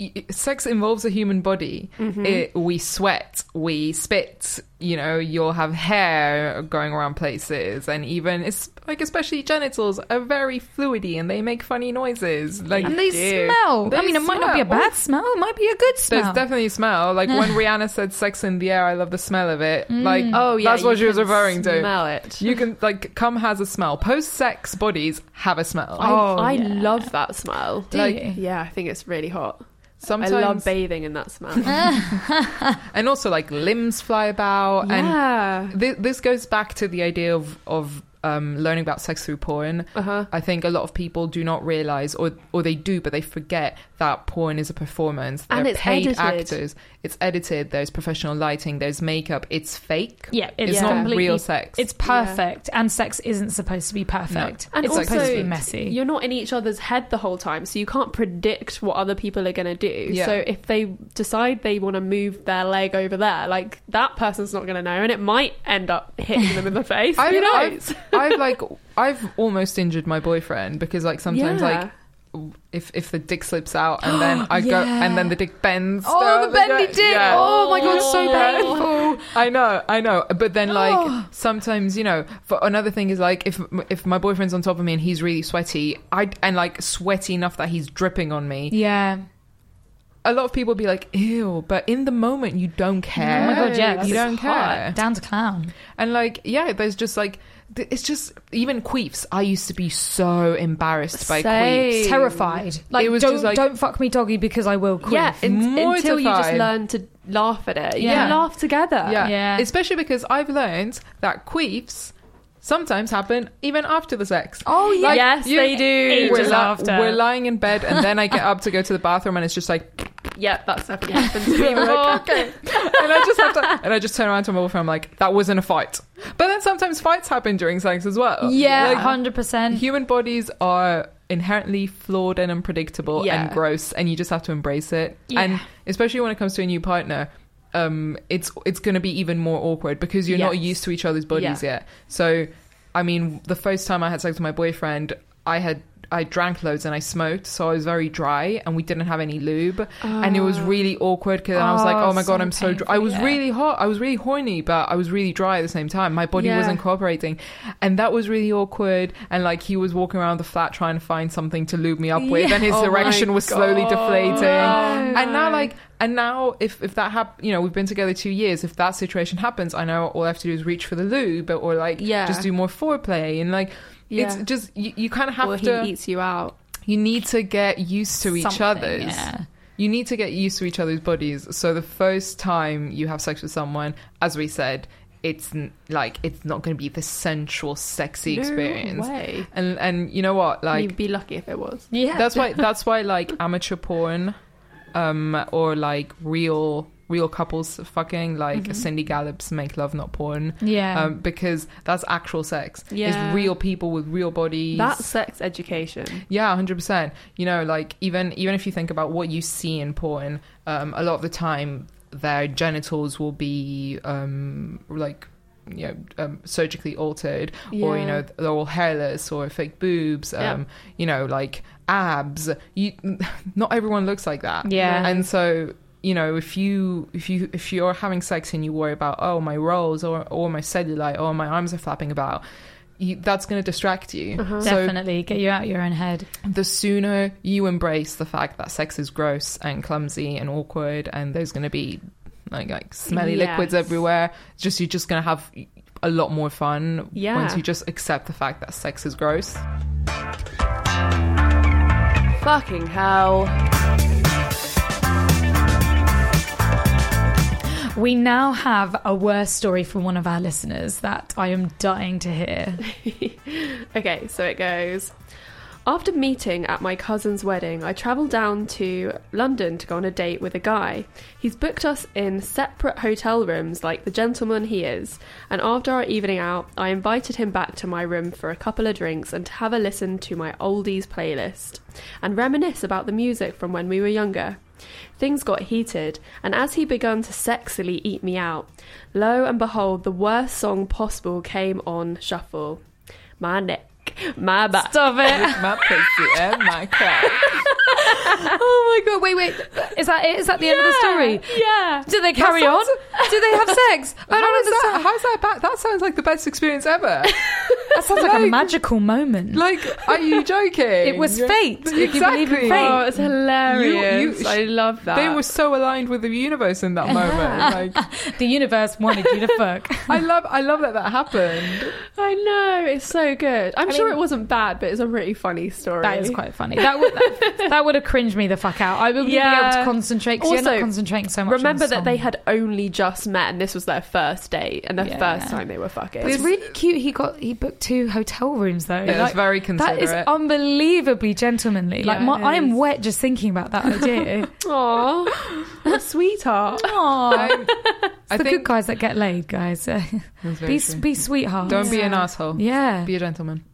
[SPEAKER 3] y- y- sex involves a human body.
[SPEAKER 2] Mm-hmm.
[SPEAKER 3] It, we sweat, we spit. You know, you'll have hair going around places, and even it's like especially genitals are very fluidy and they make funny noises. Like
[SPEAKER 2] and they
[SPEAKER 3] do.
[SPEAKER 2] smell.
[SPEAKER 3] They
[SPEAKER 2] I mean, it might not be a
[SPEAKER 3] smell.
[SPEAKER 2] bad smell. It might be a good
[SPEAKER 3] There's
[SPEAKER 2] smell.
[SPEAKER 3] definitely smell.
[SPEAKER 2] (laughs)
[SPEAKER 3] Like when Rihanna said "sex in the air," I love the smell of it.
[SPEAKER 2] Mm.
[SPEAKER 3] Like,
[SPEAKER 4] Oh yeah,
[SPEAKER 3] Mm. that's what
[SPEAKER 4] you
[SPEAKER 3] she was
[SPEAKER 4] can
[SPEAKER 3] referring to.
[SPEAKER 4] Smell it.
[SPEAKER 3] You can like cum has a smell. Post-sex bodies have a smell.
[SPEAKER 4] I,
[SPEAKER 2] Oh,
[SPEAKER 4] I
[SPEAKER 2] yeah.
[SPEAKER 4] love that smell.
[SPEAKER 2] Do
[SPEAKER 3] like,
[SPEAKER 2] you?
[SPEAKER 4] Yeah, I think it's really hot.
[SPEAKER 3] Sometimes
[SPEAKER 4] I love bathing in that
[SPEAKER 3] (laughs)
[SPEAKER 4] smell.
[SPEAKER 3] and also like limbs fly about
[SPEAKER 4] yeah.
[SPEAKER 3] and th- this goes back to the idea of of um, learning about sex through porn.
[SPEAKER 4] Uh-huh.
[SPEAKER 3] I think a lot of people do not realize, or or they do, but they forget that porn is a performance.
[SPEAKER 4] And
[SPEAKER 3] They're
[SPEAKER 4] it's
[SPEAKER 3] paid
[SPEAKER 4] edited.
[SPEAKER 3] actors. It's edited. There's professional lighting. There's makeup. It's fake.
[SPEAKER 2] yeah, it's,
[SPEAKER 3] It's not
[SPEAKER 2] completely-
[SPEAKER 3] real sex.
[SPEAKER 2] It's perfect, and sex isn't supposed to be perfect.
[SPEAKER 4] And
[SPEAKER 2] it's
[SPEAKER 4] also,
[SPEAKER 2] supposed to be messy.
[SPEAKER 4] You're not in each other's head the whole time, so you can't predict what other people are going to do.
[SPEAKER 3] Yeah.
[SPEAKER 4] So if they decide they want to move their leg over there, like that person's not going to know, and it might end up hitting them in
[SPEAKER 3] (laughs)
[SPEAKER 4] the face.
[SPEAKER 3] I
[SPEAKER 4] Who
[SPEAKER 3] mean,
[SPEAKER 4] knows?
[SPEAKER 2] (laughs)
[SPEAKER 3] I've, I've like I've almost injured my boyfriend because like sometimes
[SPEAKER 4] Yeah.
[SPEAKER 3] like if if the dick slips out
[SPEAKER 2] (gasps)
[SPEAKER 3] and then I go
[SPEAKER 2] Yeah.
[SPEAKER 3] and then the dick bends.
[SPEAKER 2] Oh, the bendy
[SPEAKER 3] yeah,
[SPEAKER 2] dick!
[SPEAKER 3] yeah.
[SPEAKER 2] Oh my god, so painful!
[SPEAKER 3] I know, I know, but then like
[SPEAKER 2] (gasps)
[SPEAKER 3] sometimes you know. For another thing is like if if my boyfriend's on top of me and he's really sweaty, I and like sweaty enough that he's dripping on me.
[SPEAKER 2] Yeah.
[SPEAKER 3] A lot of people be like, "Ew," but in the moment you don't care.
[SPEAKER 2] Oh my god, yeah, that's
[SPEAKER 3] you don't
[SPEAKER 2] hot.
[SPEAKER 3] care.
[SPEAKER 2] Down to clown.
[SPEAKER 3] And like, yeah, there's just like, th- it's just even queefs. I used to be so embarrassed by
[SPEAKER 4] Same.
[SPEAKER 3] queefs.
[SPEAKER 2] terrified. Like,
[SPEAKER 3] It was
[SPEAKER 2] don't,
[SPEAKER 3] just like-
[SPEAKER 2] don't fuck me, doggy, because I will queef.
[SPEAKER 4] yeah, in- until you just
[SPEAKER 3] mortified.
[SPEAKER 4] learn to laugh at it. You
[SPEAKER 2] Yeah.
[SPEAKER 4] can laugh together.
[SPEAKER 3] Yeah.
[SPEAKER 2] Yeah.
[SPEAKER 3] especially because I've learned that queefs sometimes happen even after the sex.
[SPEAKER 2] Oh yeah.
[SPEAKER 3] Like,
[SPEAKER 4] yes,
[SPEAKER 3] you-
[SPEAKER 4] they do.
[SPEAKER 2] Ages
[SPEAKER 3] We're, li-
[SPEAKER 2] after.
[SPEAKER 3] we're lying in bed, and then I get up to go to the bathroom, and it's just like,
[SPEAKER 4] Yeah, that's definitely happened to
[SPEAKER 3] (laughs)
[SPEAKER 4] me before.
[SPEAKER 3] and I just have to, and I just turn around to my boyfriend, I'm like, that wasn't a fight. But then sometimes fights happen during sex as well.
[SPEAKER 2] yeah,
[SPEAKER 3] Like,
[SPEAKER 2] hundred percent.
[SPEAKER 3] Human bodies are inherently flawed and unpredictable
[SPEAKER 4] Yeah.
[SPEAKER 3] and gross, and you just have to embrace it.
[SPEAKER 2] Yeah.
[SPEAKER 3] And especially when it comes to a new partner, um, it's it's going to be even more awkward because you're not
[SPEAKER 4] Yes.
[SPEAKER 3] used to each other's bodies yet. So, I mean, the first time I had sex with my boyfriend, I had. I drank loads and I smoked, so I was very dry, and we didn't have any lube, and it was
[SPEAKER 4] Oh.
[SPEAKER 3] really awkward because I was like,
[SPEAKER 2] Oh,
[SPEAKER 3] "Oh my
[SPEAKER 2] so
[SPEAKER 3] god, I'm so dry." I
[SPEAKER 2] painful,
[SPEAKER 3] was
[SPEAKER 2] yeah.
[SPEAKER 3] really hot, I was really horny, but I was really dry at the same time. My body
[SPEAKER 4] Yeah.
[SPEAKER 3] wasn't cooperating, and that was really awkward. And like he was walking around the flat trying to find something to lube me up with, and his
[SPEAKER 4] Oh my
[SPEAKER 3] erection was slowly
[SPEAKER 4] God.
[SPEAKER 3] deflating.
[SPEAKER 4] No.
[SPEAKER 3] And now, like, and now if if that hap- you know, we've been together two years. If that situation happens, I know all I have to do is reach for the lube, or like,
[SPEAKER 4] Yeah.
[SPEAKER 3] just do more foreplay, and like, it's
[SPEAKER 4] Yeah.
[SPEAKER 3] just you, you kind of have
[SPEAKER 4] Or
[SPEAKER 3] to.
[SPEAKER 4] he eats you out.
[SPEAKER 3] You need to get used to each
[SPEAKER 2] Something,
[SPEAKER 3] other's.
[SPEAKER 2] yeah.
[SPEAKER 3] You need to get used to each other's bodies. So the first time you have sex with someone, as we said, it's n- like it's not going to be the sensual, sexy
[SPEAKER 4] No
[SPEAKER 3] experience.
[SPEAKER 4] way.
[SPEAKER 3] And and you know what? Like
[SPEAKER 4] You'd be lucky if it was.
[SPEAKER 2] Yeah.
[SPEAKER 4] (laughs)
[SPEAKER 3] that's why that's why like amateur porn um or like real real couples fucking like
[SPEAKER 4] Mm-hmm.
[SPEAKER 3] cindy gallup's make love not porn
[SPEAKER 2] Yeah.
[SPEAKER 3] um because that's actual sex
[SPEAKER 4] Yeah.
[SPEAKER 3] it's real people with real bodies
[SPEAKER 4] That's sex education.
[SPEAKER 3] yeah, hundred percent. You know, like even even if you think about what you see in porn, um, a lot of the time their genitals will be um, like you know um, surgically altered, or you
[SPEAKER 4] Yeah.
[SPEAKER 3] know they're all hairless or fake boobs. Um,
[SPEAKER 4] Yeah.
[SPEAKER 3] You know, like abs. You (laughs) not everyone looks like that.
[SPEAKER 2] Yeah.
[SPEAKER 3] and so. You know, if you if you if you're having sex and you worry about oh my rolls or or my cellulite or my arms are flapping about, you, that's going to distract you.
[SPEAKER 4] Uh-huh.
[SPEAKER 3] So
[SPEAKER 2] Definitely get you out your own head.
[SPEAKER 3] the sooner you embrace the fact that sex is gross and clumsy and awkward and there's going to be like like smelly
[SPEAKER 4] Yes.
[SPEAKER 3] liquids everywhere just you're just going to have a lot more fun
[SPEAKER 4] Yeah.
[SPEAKER 3] once you just accept the fact that sex is gross
[SPEAKER 1] Fucking hell.
[SPEAKER 2] We now have a worse story from one of our listeners that I am dying to hear.
[SPEAKER 4] (laughs) Okay, so it goes. After meeting at my cousin's wedding, I travelled down to London to go on a date with a guy. He's booked us in separate hotel rooms like the gentleman he is, and after our evening out, I invited him back to my room for a couple of drinks and to have a listen to my oldies playlist and reminisce about the music from when we were younger. Things got heated, and as he began to sexily eat me out, lo and behold, the worst song possible came on shuffle. My neck, my back.
[SPEAKER 2] Stop
[SPEAKER 3] (laughs)
[SPEAKER 2] it.
[SPEAKER 3] my pussy and my (laughs) cock
[SPEAKER 2] oh my god, wait, wait. Is that it? Is that the end of the story?
[SPEAKER 4] Yeah.
[SPEAKER 2] Do they carry
[SPEAKER 3] That
[SPEAKER 2] on?
[SPEAKER 3] sounds-
[SPEAKER 2] Do they have
[SPEAKER 3] (laughs)
[SPEAKER 2] sex? I
[SPEAKER 3] how
[SPEAKER 2] don't
[SPEAKER 3] is that
[SPEAKER 2] understand.
[SPEAKER 3] how's that bad that sounds like the best experience (laughs) ever
[SPEAKER 2] That sounds like a magical moment.
[SPEAKER 3] like are you joking
[SPEAKER 2] It was fate.
[SPEAKER 3] exactly
[SPEAKER 2] If you believe in fate.
[SPEAKER 4] Oh, it's hilarious.
[SPEAKER 3] You- you-
[SPEAKER 4] I love that.
[SPEAKER 3] they were so aligned with the universe in (laughs) that moment like
[SPEAKER 2] the universe wanted
[SPEAKER 3] (laughs)
[SPEAKER 2] you to fuck.
[SPEAKER 3] i love i love that that happened
[SPEAKER 4] I know. It's so good. I'm
[SPEAKER 2] I
[SPEAKER 4] sure
[SPEAKER 2] mean-
[SPEAKER 4] it wasn't bad, but it's a really funny story.
[SPEAKER 2] That is quite funny. That would that, that would have cringed me the fuck out. I wouldn't be
[SPEAKER 4] Yeah.
[SPEAKER 2] able to concentrate because you're not
[SPEAKER 4] Also,
[SPEAKER 2] concentrating so much. on
[SPEAKER 4] Remember
[SPEAKER 2] the
[SPEAKER 4] that they
[SPEAKER 2] song.
[SPEAKER 4] had only just met and this was their first date and the
[SPEAKER 2] Yeah.
[SPEAKER 4] first time they were fucking.
[SPEAKER 2] It's really cute. He got he booked two hotel rooms though.
[SPEAKER 3] it was
[SPEAKER 2] Like,
[SPEAKER 3] very
[SPEAKER 2] that
[SPEAKER 3] considerate
[SPEAKER 2] is unbelievably gentlemanly. like
[SPEAKER 4] Yeah,
[SPEAKER 2] my,
[SPEAKER 4] it
[SPEAKER 2] I am
[SPEAKER 4] is.
[SPEAKER 2] wet just thinking about that
[SPEAKER 3] (laughs)
[SPEAKER 2] idea.
[SPEAKER 4] Aw. what a sweetheart.
[SPEAKER 2] Aww.
[SPEAKER 3] I'm- I
[SPEAKER 2] the
[SPEAKER 3] think
[SPEAKER 2] good guys that get laid, guys. (laughs)
[SPEAKER 3] That's very
[SPEAKER 2] be
[SPEAKER 3] true.
[SPEAKER 2] be sweethearts.
[SPEAKER 3] Don't be an
[SPEAKER 4] Yeah.
[SPEAKER 3] asshole.
[SPEAKER 2] yeah.
[SPEAKER 3] Be a gentleman.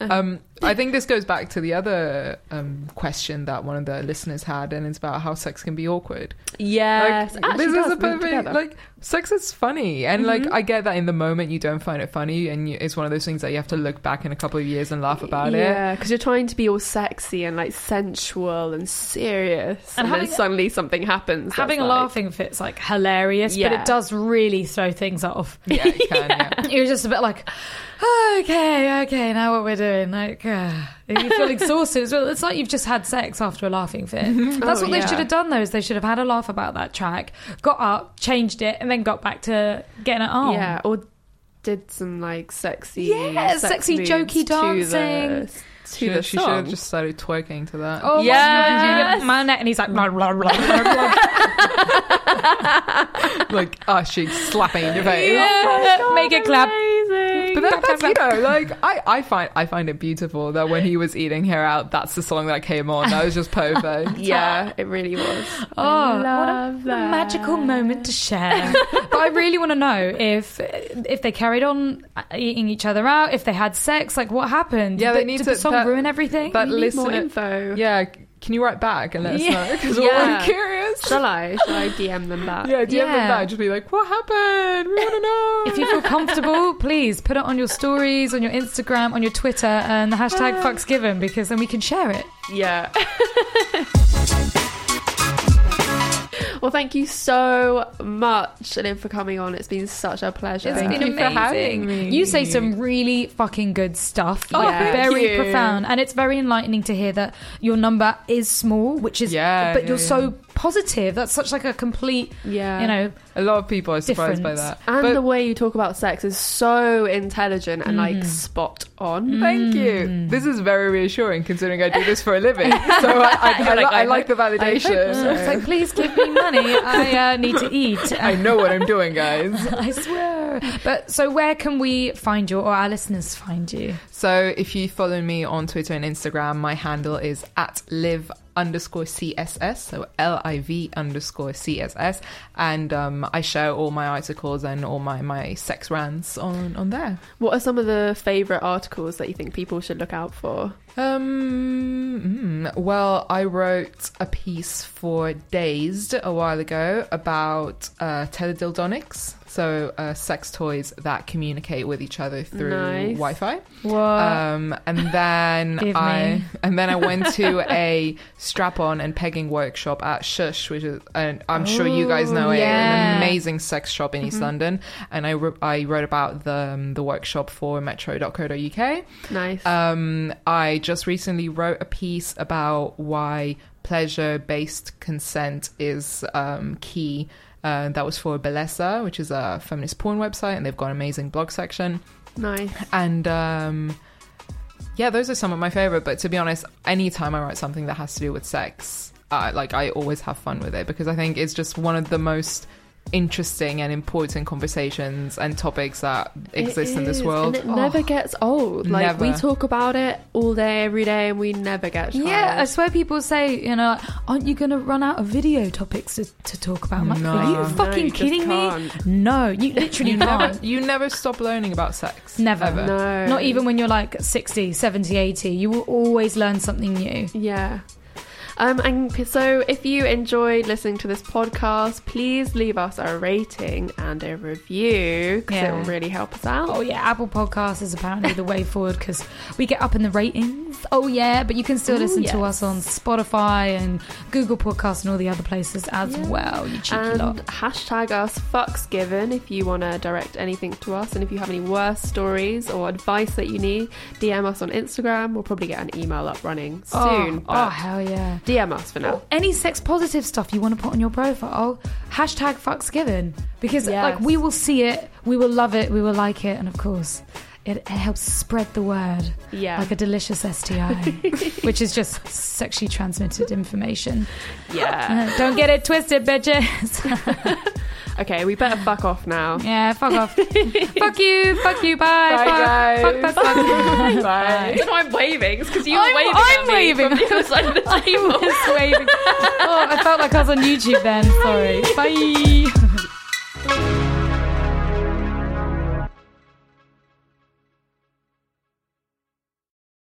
[SPEAKER 4] Uh-huh.
[SPEAKER 3] Um, I think this goes back to the other um, question that one of the listeners had, and it's about how sex can be awkward.
[SPEAKER 4] Yes.
[SPEAKER 3] like,
[SPEAKER 4] Actually,
[SPEAKER 3] this
[SPEAKER 4] does
[SPEAKER 3] is a
[SPEAKER 4] link
[SPEAKER 3] perfect.
[SPEAKER 4] together. Mm-hmm.
[SPEAKER 3] Like, sex is funny, and like I get that in the moment you don't find it funny, and you, it's one of those things that you have to look back in a couple of years and laugh about it.
[SPEAKER 4] Yeah, because you're trying to be all sexy and like sensual and serious,
[SPEAKER 2] And
[SPEAKER 4] and,
[SPEAKER 2] having-
[SPEAKER 4] then suddenly something happens. that's
[SPEAKER 2] Having a
[SPEAKER 4] like-
[SPEAKER 2] laughing fit's like hilarious, but
[SPEAKER 4] Yeah.
[SPEAKER 2] it does really throw things off.
[SPEAKER 3] Yeah,
[SPEAKER 4] (laughs)
[SPEAKER 3] it can, yeah.
[SPEAKER 2] You're just a bit like, okay, okay, now what we're doing? Like, uh, you feel exhausted as well. It's like you've just had sex after a laughing fit. That's
[SPEAKER 4] Oh,
[SPEAKER 2] what they
[SPEAKER 4] yeah.
[SPEAKER 2] should have done, though. Is they should have had a laugh about that track, got up, changed it, and then got back to getting it on.
[SPEAKER 4] Yeah, or did some like sexy,
[SPEAKER 2] Yeah,
[SPEAKER 4] sex
[SPEAKER 2] sexy
[SPEAKER 4] moves
[SPEAKER 2] jokey
[SPEAKER 4] to the-
[SPEAKER 2] dancing.
[SPEAKER 4] to
[SPEAKER 3] She,
[SPEAKER 4] the
[SPEAKER 3] she should have
[SPEAKER 4] song.
[SPEAKER 2] (laughs)
[SPEAKER 3] just started twerking to that.
[SPEAKER 2] Oh
[SPEAKER 4] Yes.
[SPEAKER 2] my, my neck, and he's like, blah, blah, blah, blah, blah.
[SPEAKER 3] (laughs) Like, oh, she's slapping in your face.
[SPEAKER 2] Yeah, make it clap.
[SPEAKER 4] Amazing.
[SPEAKER 3] But that, that's you know, like I, I find I find it beautiful that when he was eating her out, that's the song that came on.
[SPEAKER 4] (laughs)
[SPEAKER 3] That was just perfect.
[SPEAKER 4] yeah, it really was.
[SPEAKER 2] Oh,
[SPEAKER 4] love
[SPEAKER 2] what a
[SPEAKER 4] that.
[SPEAKER 2] magical moment to share! but I really want to know if if they carried on uh, eating each other out, if they had sex, like what happened?
[SPEAKER 3] Yeah, they
[SPEAKER 2] Did-
[SPEAKER 3] need
[SPEAKER 2] did
[SPEAKER 3] to-
[SPEAKER 2] the song
[SPEAKER 3] that-
[SPEAKER 2] ruin everything.
[SPEAKER 3] that
[SPEAKER 4] We need more
[SPEAKER 3] listener-
[SPEAKER 4] info.
[SPEAKER 3] Yeah, c- can you write back and let us
[SPEAKER 2] Yeah.
[SPEAKER 3] know? Because we're
[SPEAKER 4] Yeah.
[SPEAKER 3] all curious.
[SPEAKER 4] Shall I? Shall I DM them back?
[SPEAKER 3] Yeah,
[SPEAKER 2] (laughs)
[SPEAKER 3] DM
[SPEAKER 2] Yeah.
[SPEAKER 3] them back. Just be like, what happened? We want to know.
[SPEAKER 2] If you feel comfortable, please put it on your stories, on your Instagram, on your Twitter, and the hashtag fucksgiven because then we can share it.
[SPEAKER 4] Yeah. (laughs) well, thank you so much, Lynn, for coming on. It's been such a pleasure.
[SPEAKER 2] It's
[SPEAKER 3] Thank
[SPEAKER 2] been
[SPEAKER 3] you for having
[SPEAKER 2] amazing.
[SPEAKER 3] me.
[SPEAKER 2] You say some really fucking good stuff.
[SPEAKER 4] Oh,
[SPEAKER 2] Yeah.
[SPEAKER 4] thank
[SPEAKER 2] very
[SPEAKER 4] you.
[SPEAKER 2] profound, and it's very enlightening to hear that your number is small, which is
[SPEAKER 3] Yeah,
[SPEAKER 2] but
[SPEAKER 3] yeah,
[SPEAKER 2] you're
[SPEAKER 3] yeah.
[SPEAKER 2] so positive. That's such like a complete,
[SPEAKER 4] Yeah.
[SPEAKER 2] you know,
[SPEAKER 3] A lot of people are surprised by
[SPEAKER 2] Difference.
[SPEAKER 3] that.
[SPEAKER 4] And
[SPEAKER 3] But-
[SPEAKER 4] the way you talk about sex is so intelligent and
[SPEAKER 2] Mm.
[SPEAKER 4] like spot on.
[SPEAKER 3] Thank you. This is very reassuring considering I do this for a living. So I, I, I,
[SPEAKER 4] You're
[SPEAKER 3] li-
[SPEAKER 4] like,
[SPEAKER 3] I
[SPEAKER 4] I
[SPEAKER 3] like the validation.
[SPEAKER 2] So it's like, please give me money. I uh, need to eat.
[SPEAKER 3] (laughs) I know what I'm doing, guys.
[SPEAKER 2] I swear. But so, where can we find you, or our listeners find you?
[SPEAKER 3] So if you follow me on Twitter and Instagram, my handle is at live underscore CSS, so L I V underscore CSS. And um, I share all my articles and all my, my sex rants on, on there.
[SPEAKER 4] What are some of the favourite articles that you think people should look out for?
[SPEAKER 3] Um, mm, well, I wrote a piece for Dazed a while ago about uh, teledildonics, so uh, sex toys that communicate with each other through
[SPEAKER 4] Nice.
[SPEAKER 3] Wi-Fi.
[SPEAKER 2] What?
[SPEAKER 3] Um, and
[SPEAKER 2] (laughs)
[SPEAKER 3] then
[SPEAKER 2] Give
[SPEAKER 3] I
[SPEAKER 2] me.
[SPEAKER 3] and then I went
[SPEAKER 2] (laughs)
[SPEAKER 3] to a strap-on and pegging workshop at Shush, which is and I'm sure you guys know
[SPEAKER 2] Ooh,
[SPEAKER 3] it,
[SPEAKER 2] yeah. Mm-hmm.
[SPEAKER 3] an amazing sex shop in East London. And I wr- I wrote about the um, the workshop for Metro.co.uk.
[SPEAKER 4] Nice.
[SPEAKER 2] Uh,
[SPEAKER 3] Um, I just recently wrote a piece about why pleasure-based consent is um, key. Uh, that was for Belessa, which is a feminist porn website, and they've got an amazing blog section
[SPEAKER 4] nice.
[SPEAKER 3] and um yeah those are some of my favorite but to be honest anytime i write something that has to do with sex uh, like i always have fun with it because i think it's just one of the most interesting and important conversations and topics that exist
[SPEAKER 4] It
[SPEAKER 3] in this
[SPEAKER 4] is, And
[SPEAKER 3] world
[SPEAKER 4] it
[SPEAKER 2] Oh.
[SPEAKER 4] never gets old. Like we
[SPEAKER 3] Never.
[SPEAKER 4] talk about it all day, every day, and we never get tired.
[SPEAKER 2] yeah, I swear people say, you know, aren't you going to run out of video topics to, to talk about? I'm like,
[SPEAKER 3] No.
[SPEAKER 2] are you
[SPEAKER 3] No, you
[SPEAKER 2] fucking
[SPEAKER 4] Um, just
[SPEAKER 2] kidding me?
[SPEAKER 4] can't.
[SPEAKER 2] No, you literally
[SPEAKER 3] Oh, (laughs) you
[SPEAKER 2] can't.
[SPEAKER 3] never you never stop learning about sex
[SPEAKER 2] Never.
[SPEAKER 3] ever.
[SPEAKER 4] no.
[SPEAKER 2] Not even when you're like 60, 70, 80. You will always learn something new.
[SPEAKER 4] Yeah. Um, and p- so, if you enjoyed listening to this podcast, please leave us a rating and a review because
[SPEAKER 2] Yeah.
[SPEAKER 4] it will really help us out.
[SPEAKER 2] Oh yeah, Apple Podcasts is apparently
[SPEAKER 4] (laughs)
[SPEAKER 2] the way forward because we get up in the ratings. Oh yeah, but you can still
[SPEAKER 4] Ooh,
[SPEAKER 2] listen to
[SPEAKER 4] yes.
[SPEAKER 2] us on Spotify and Google Podcasts and all the other places as well. You cheeky
[SPEAKER 4] and
[SPEAKER 2] lot.
[SPEAKER 4] hashtag us fucks given if you want to direct anything to us and if you have any worse stories or advice that you need dm us on instagram we'll probably get an email up running soon
[SPEAKER 2] Oh, oh
[SPEAKER 4] but
[SPEAKER 2] hell yeah. Oh,
[SPEAKER 4] dm us for now
[SPEAKER 2] Any sex positive stuff you want to put on your profile, hashtag fucks given. Because
[SPEAKER 4] Yes.
[SPEAKER 2] like we will see it, we will love it, we will like it, and of course it, it helps spread the word.
[SPEAKER 4] yeah
[SPEAKER 2] Like a delicious
[SPEAKER 4] (laughs)
[SPEAKER 2] STI, which is just sexually
[SPEAKER 4] (laughs)
[SPEAKER 2] transmitted information. (laughs)
[SPEAKER 4] yeah
[SPEAKER 2] Uh, Don't get it twisted, bitches.
[SPEAKER 4] okay we better fuck off now
[SPEAKER 2] Yeah, fuck off. fuck you. Fuck you. Bye.
[SPEAKER 3] Bye,
[SPEAKER 2] fuck,
[SPEAKER 3] guys.
[SPEAKER 2] Fuck, fuck, fuck.
[SPEAKER 3] Bye.
[SPEAKER 4] That's why i'm waving because you
[SPEAKER 2] I'm- I'm waving.
[SPEAKER 4] the other side
[SPEAKER 2] (laughs)
[SPEAKER 4] of the table
[SPEAKER 2] Just waving. Oh, I felt like I was on YouTube then. Sorry. Bye.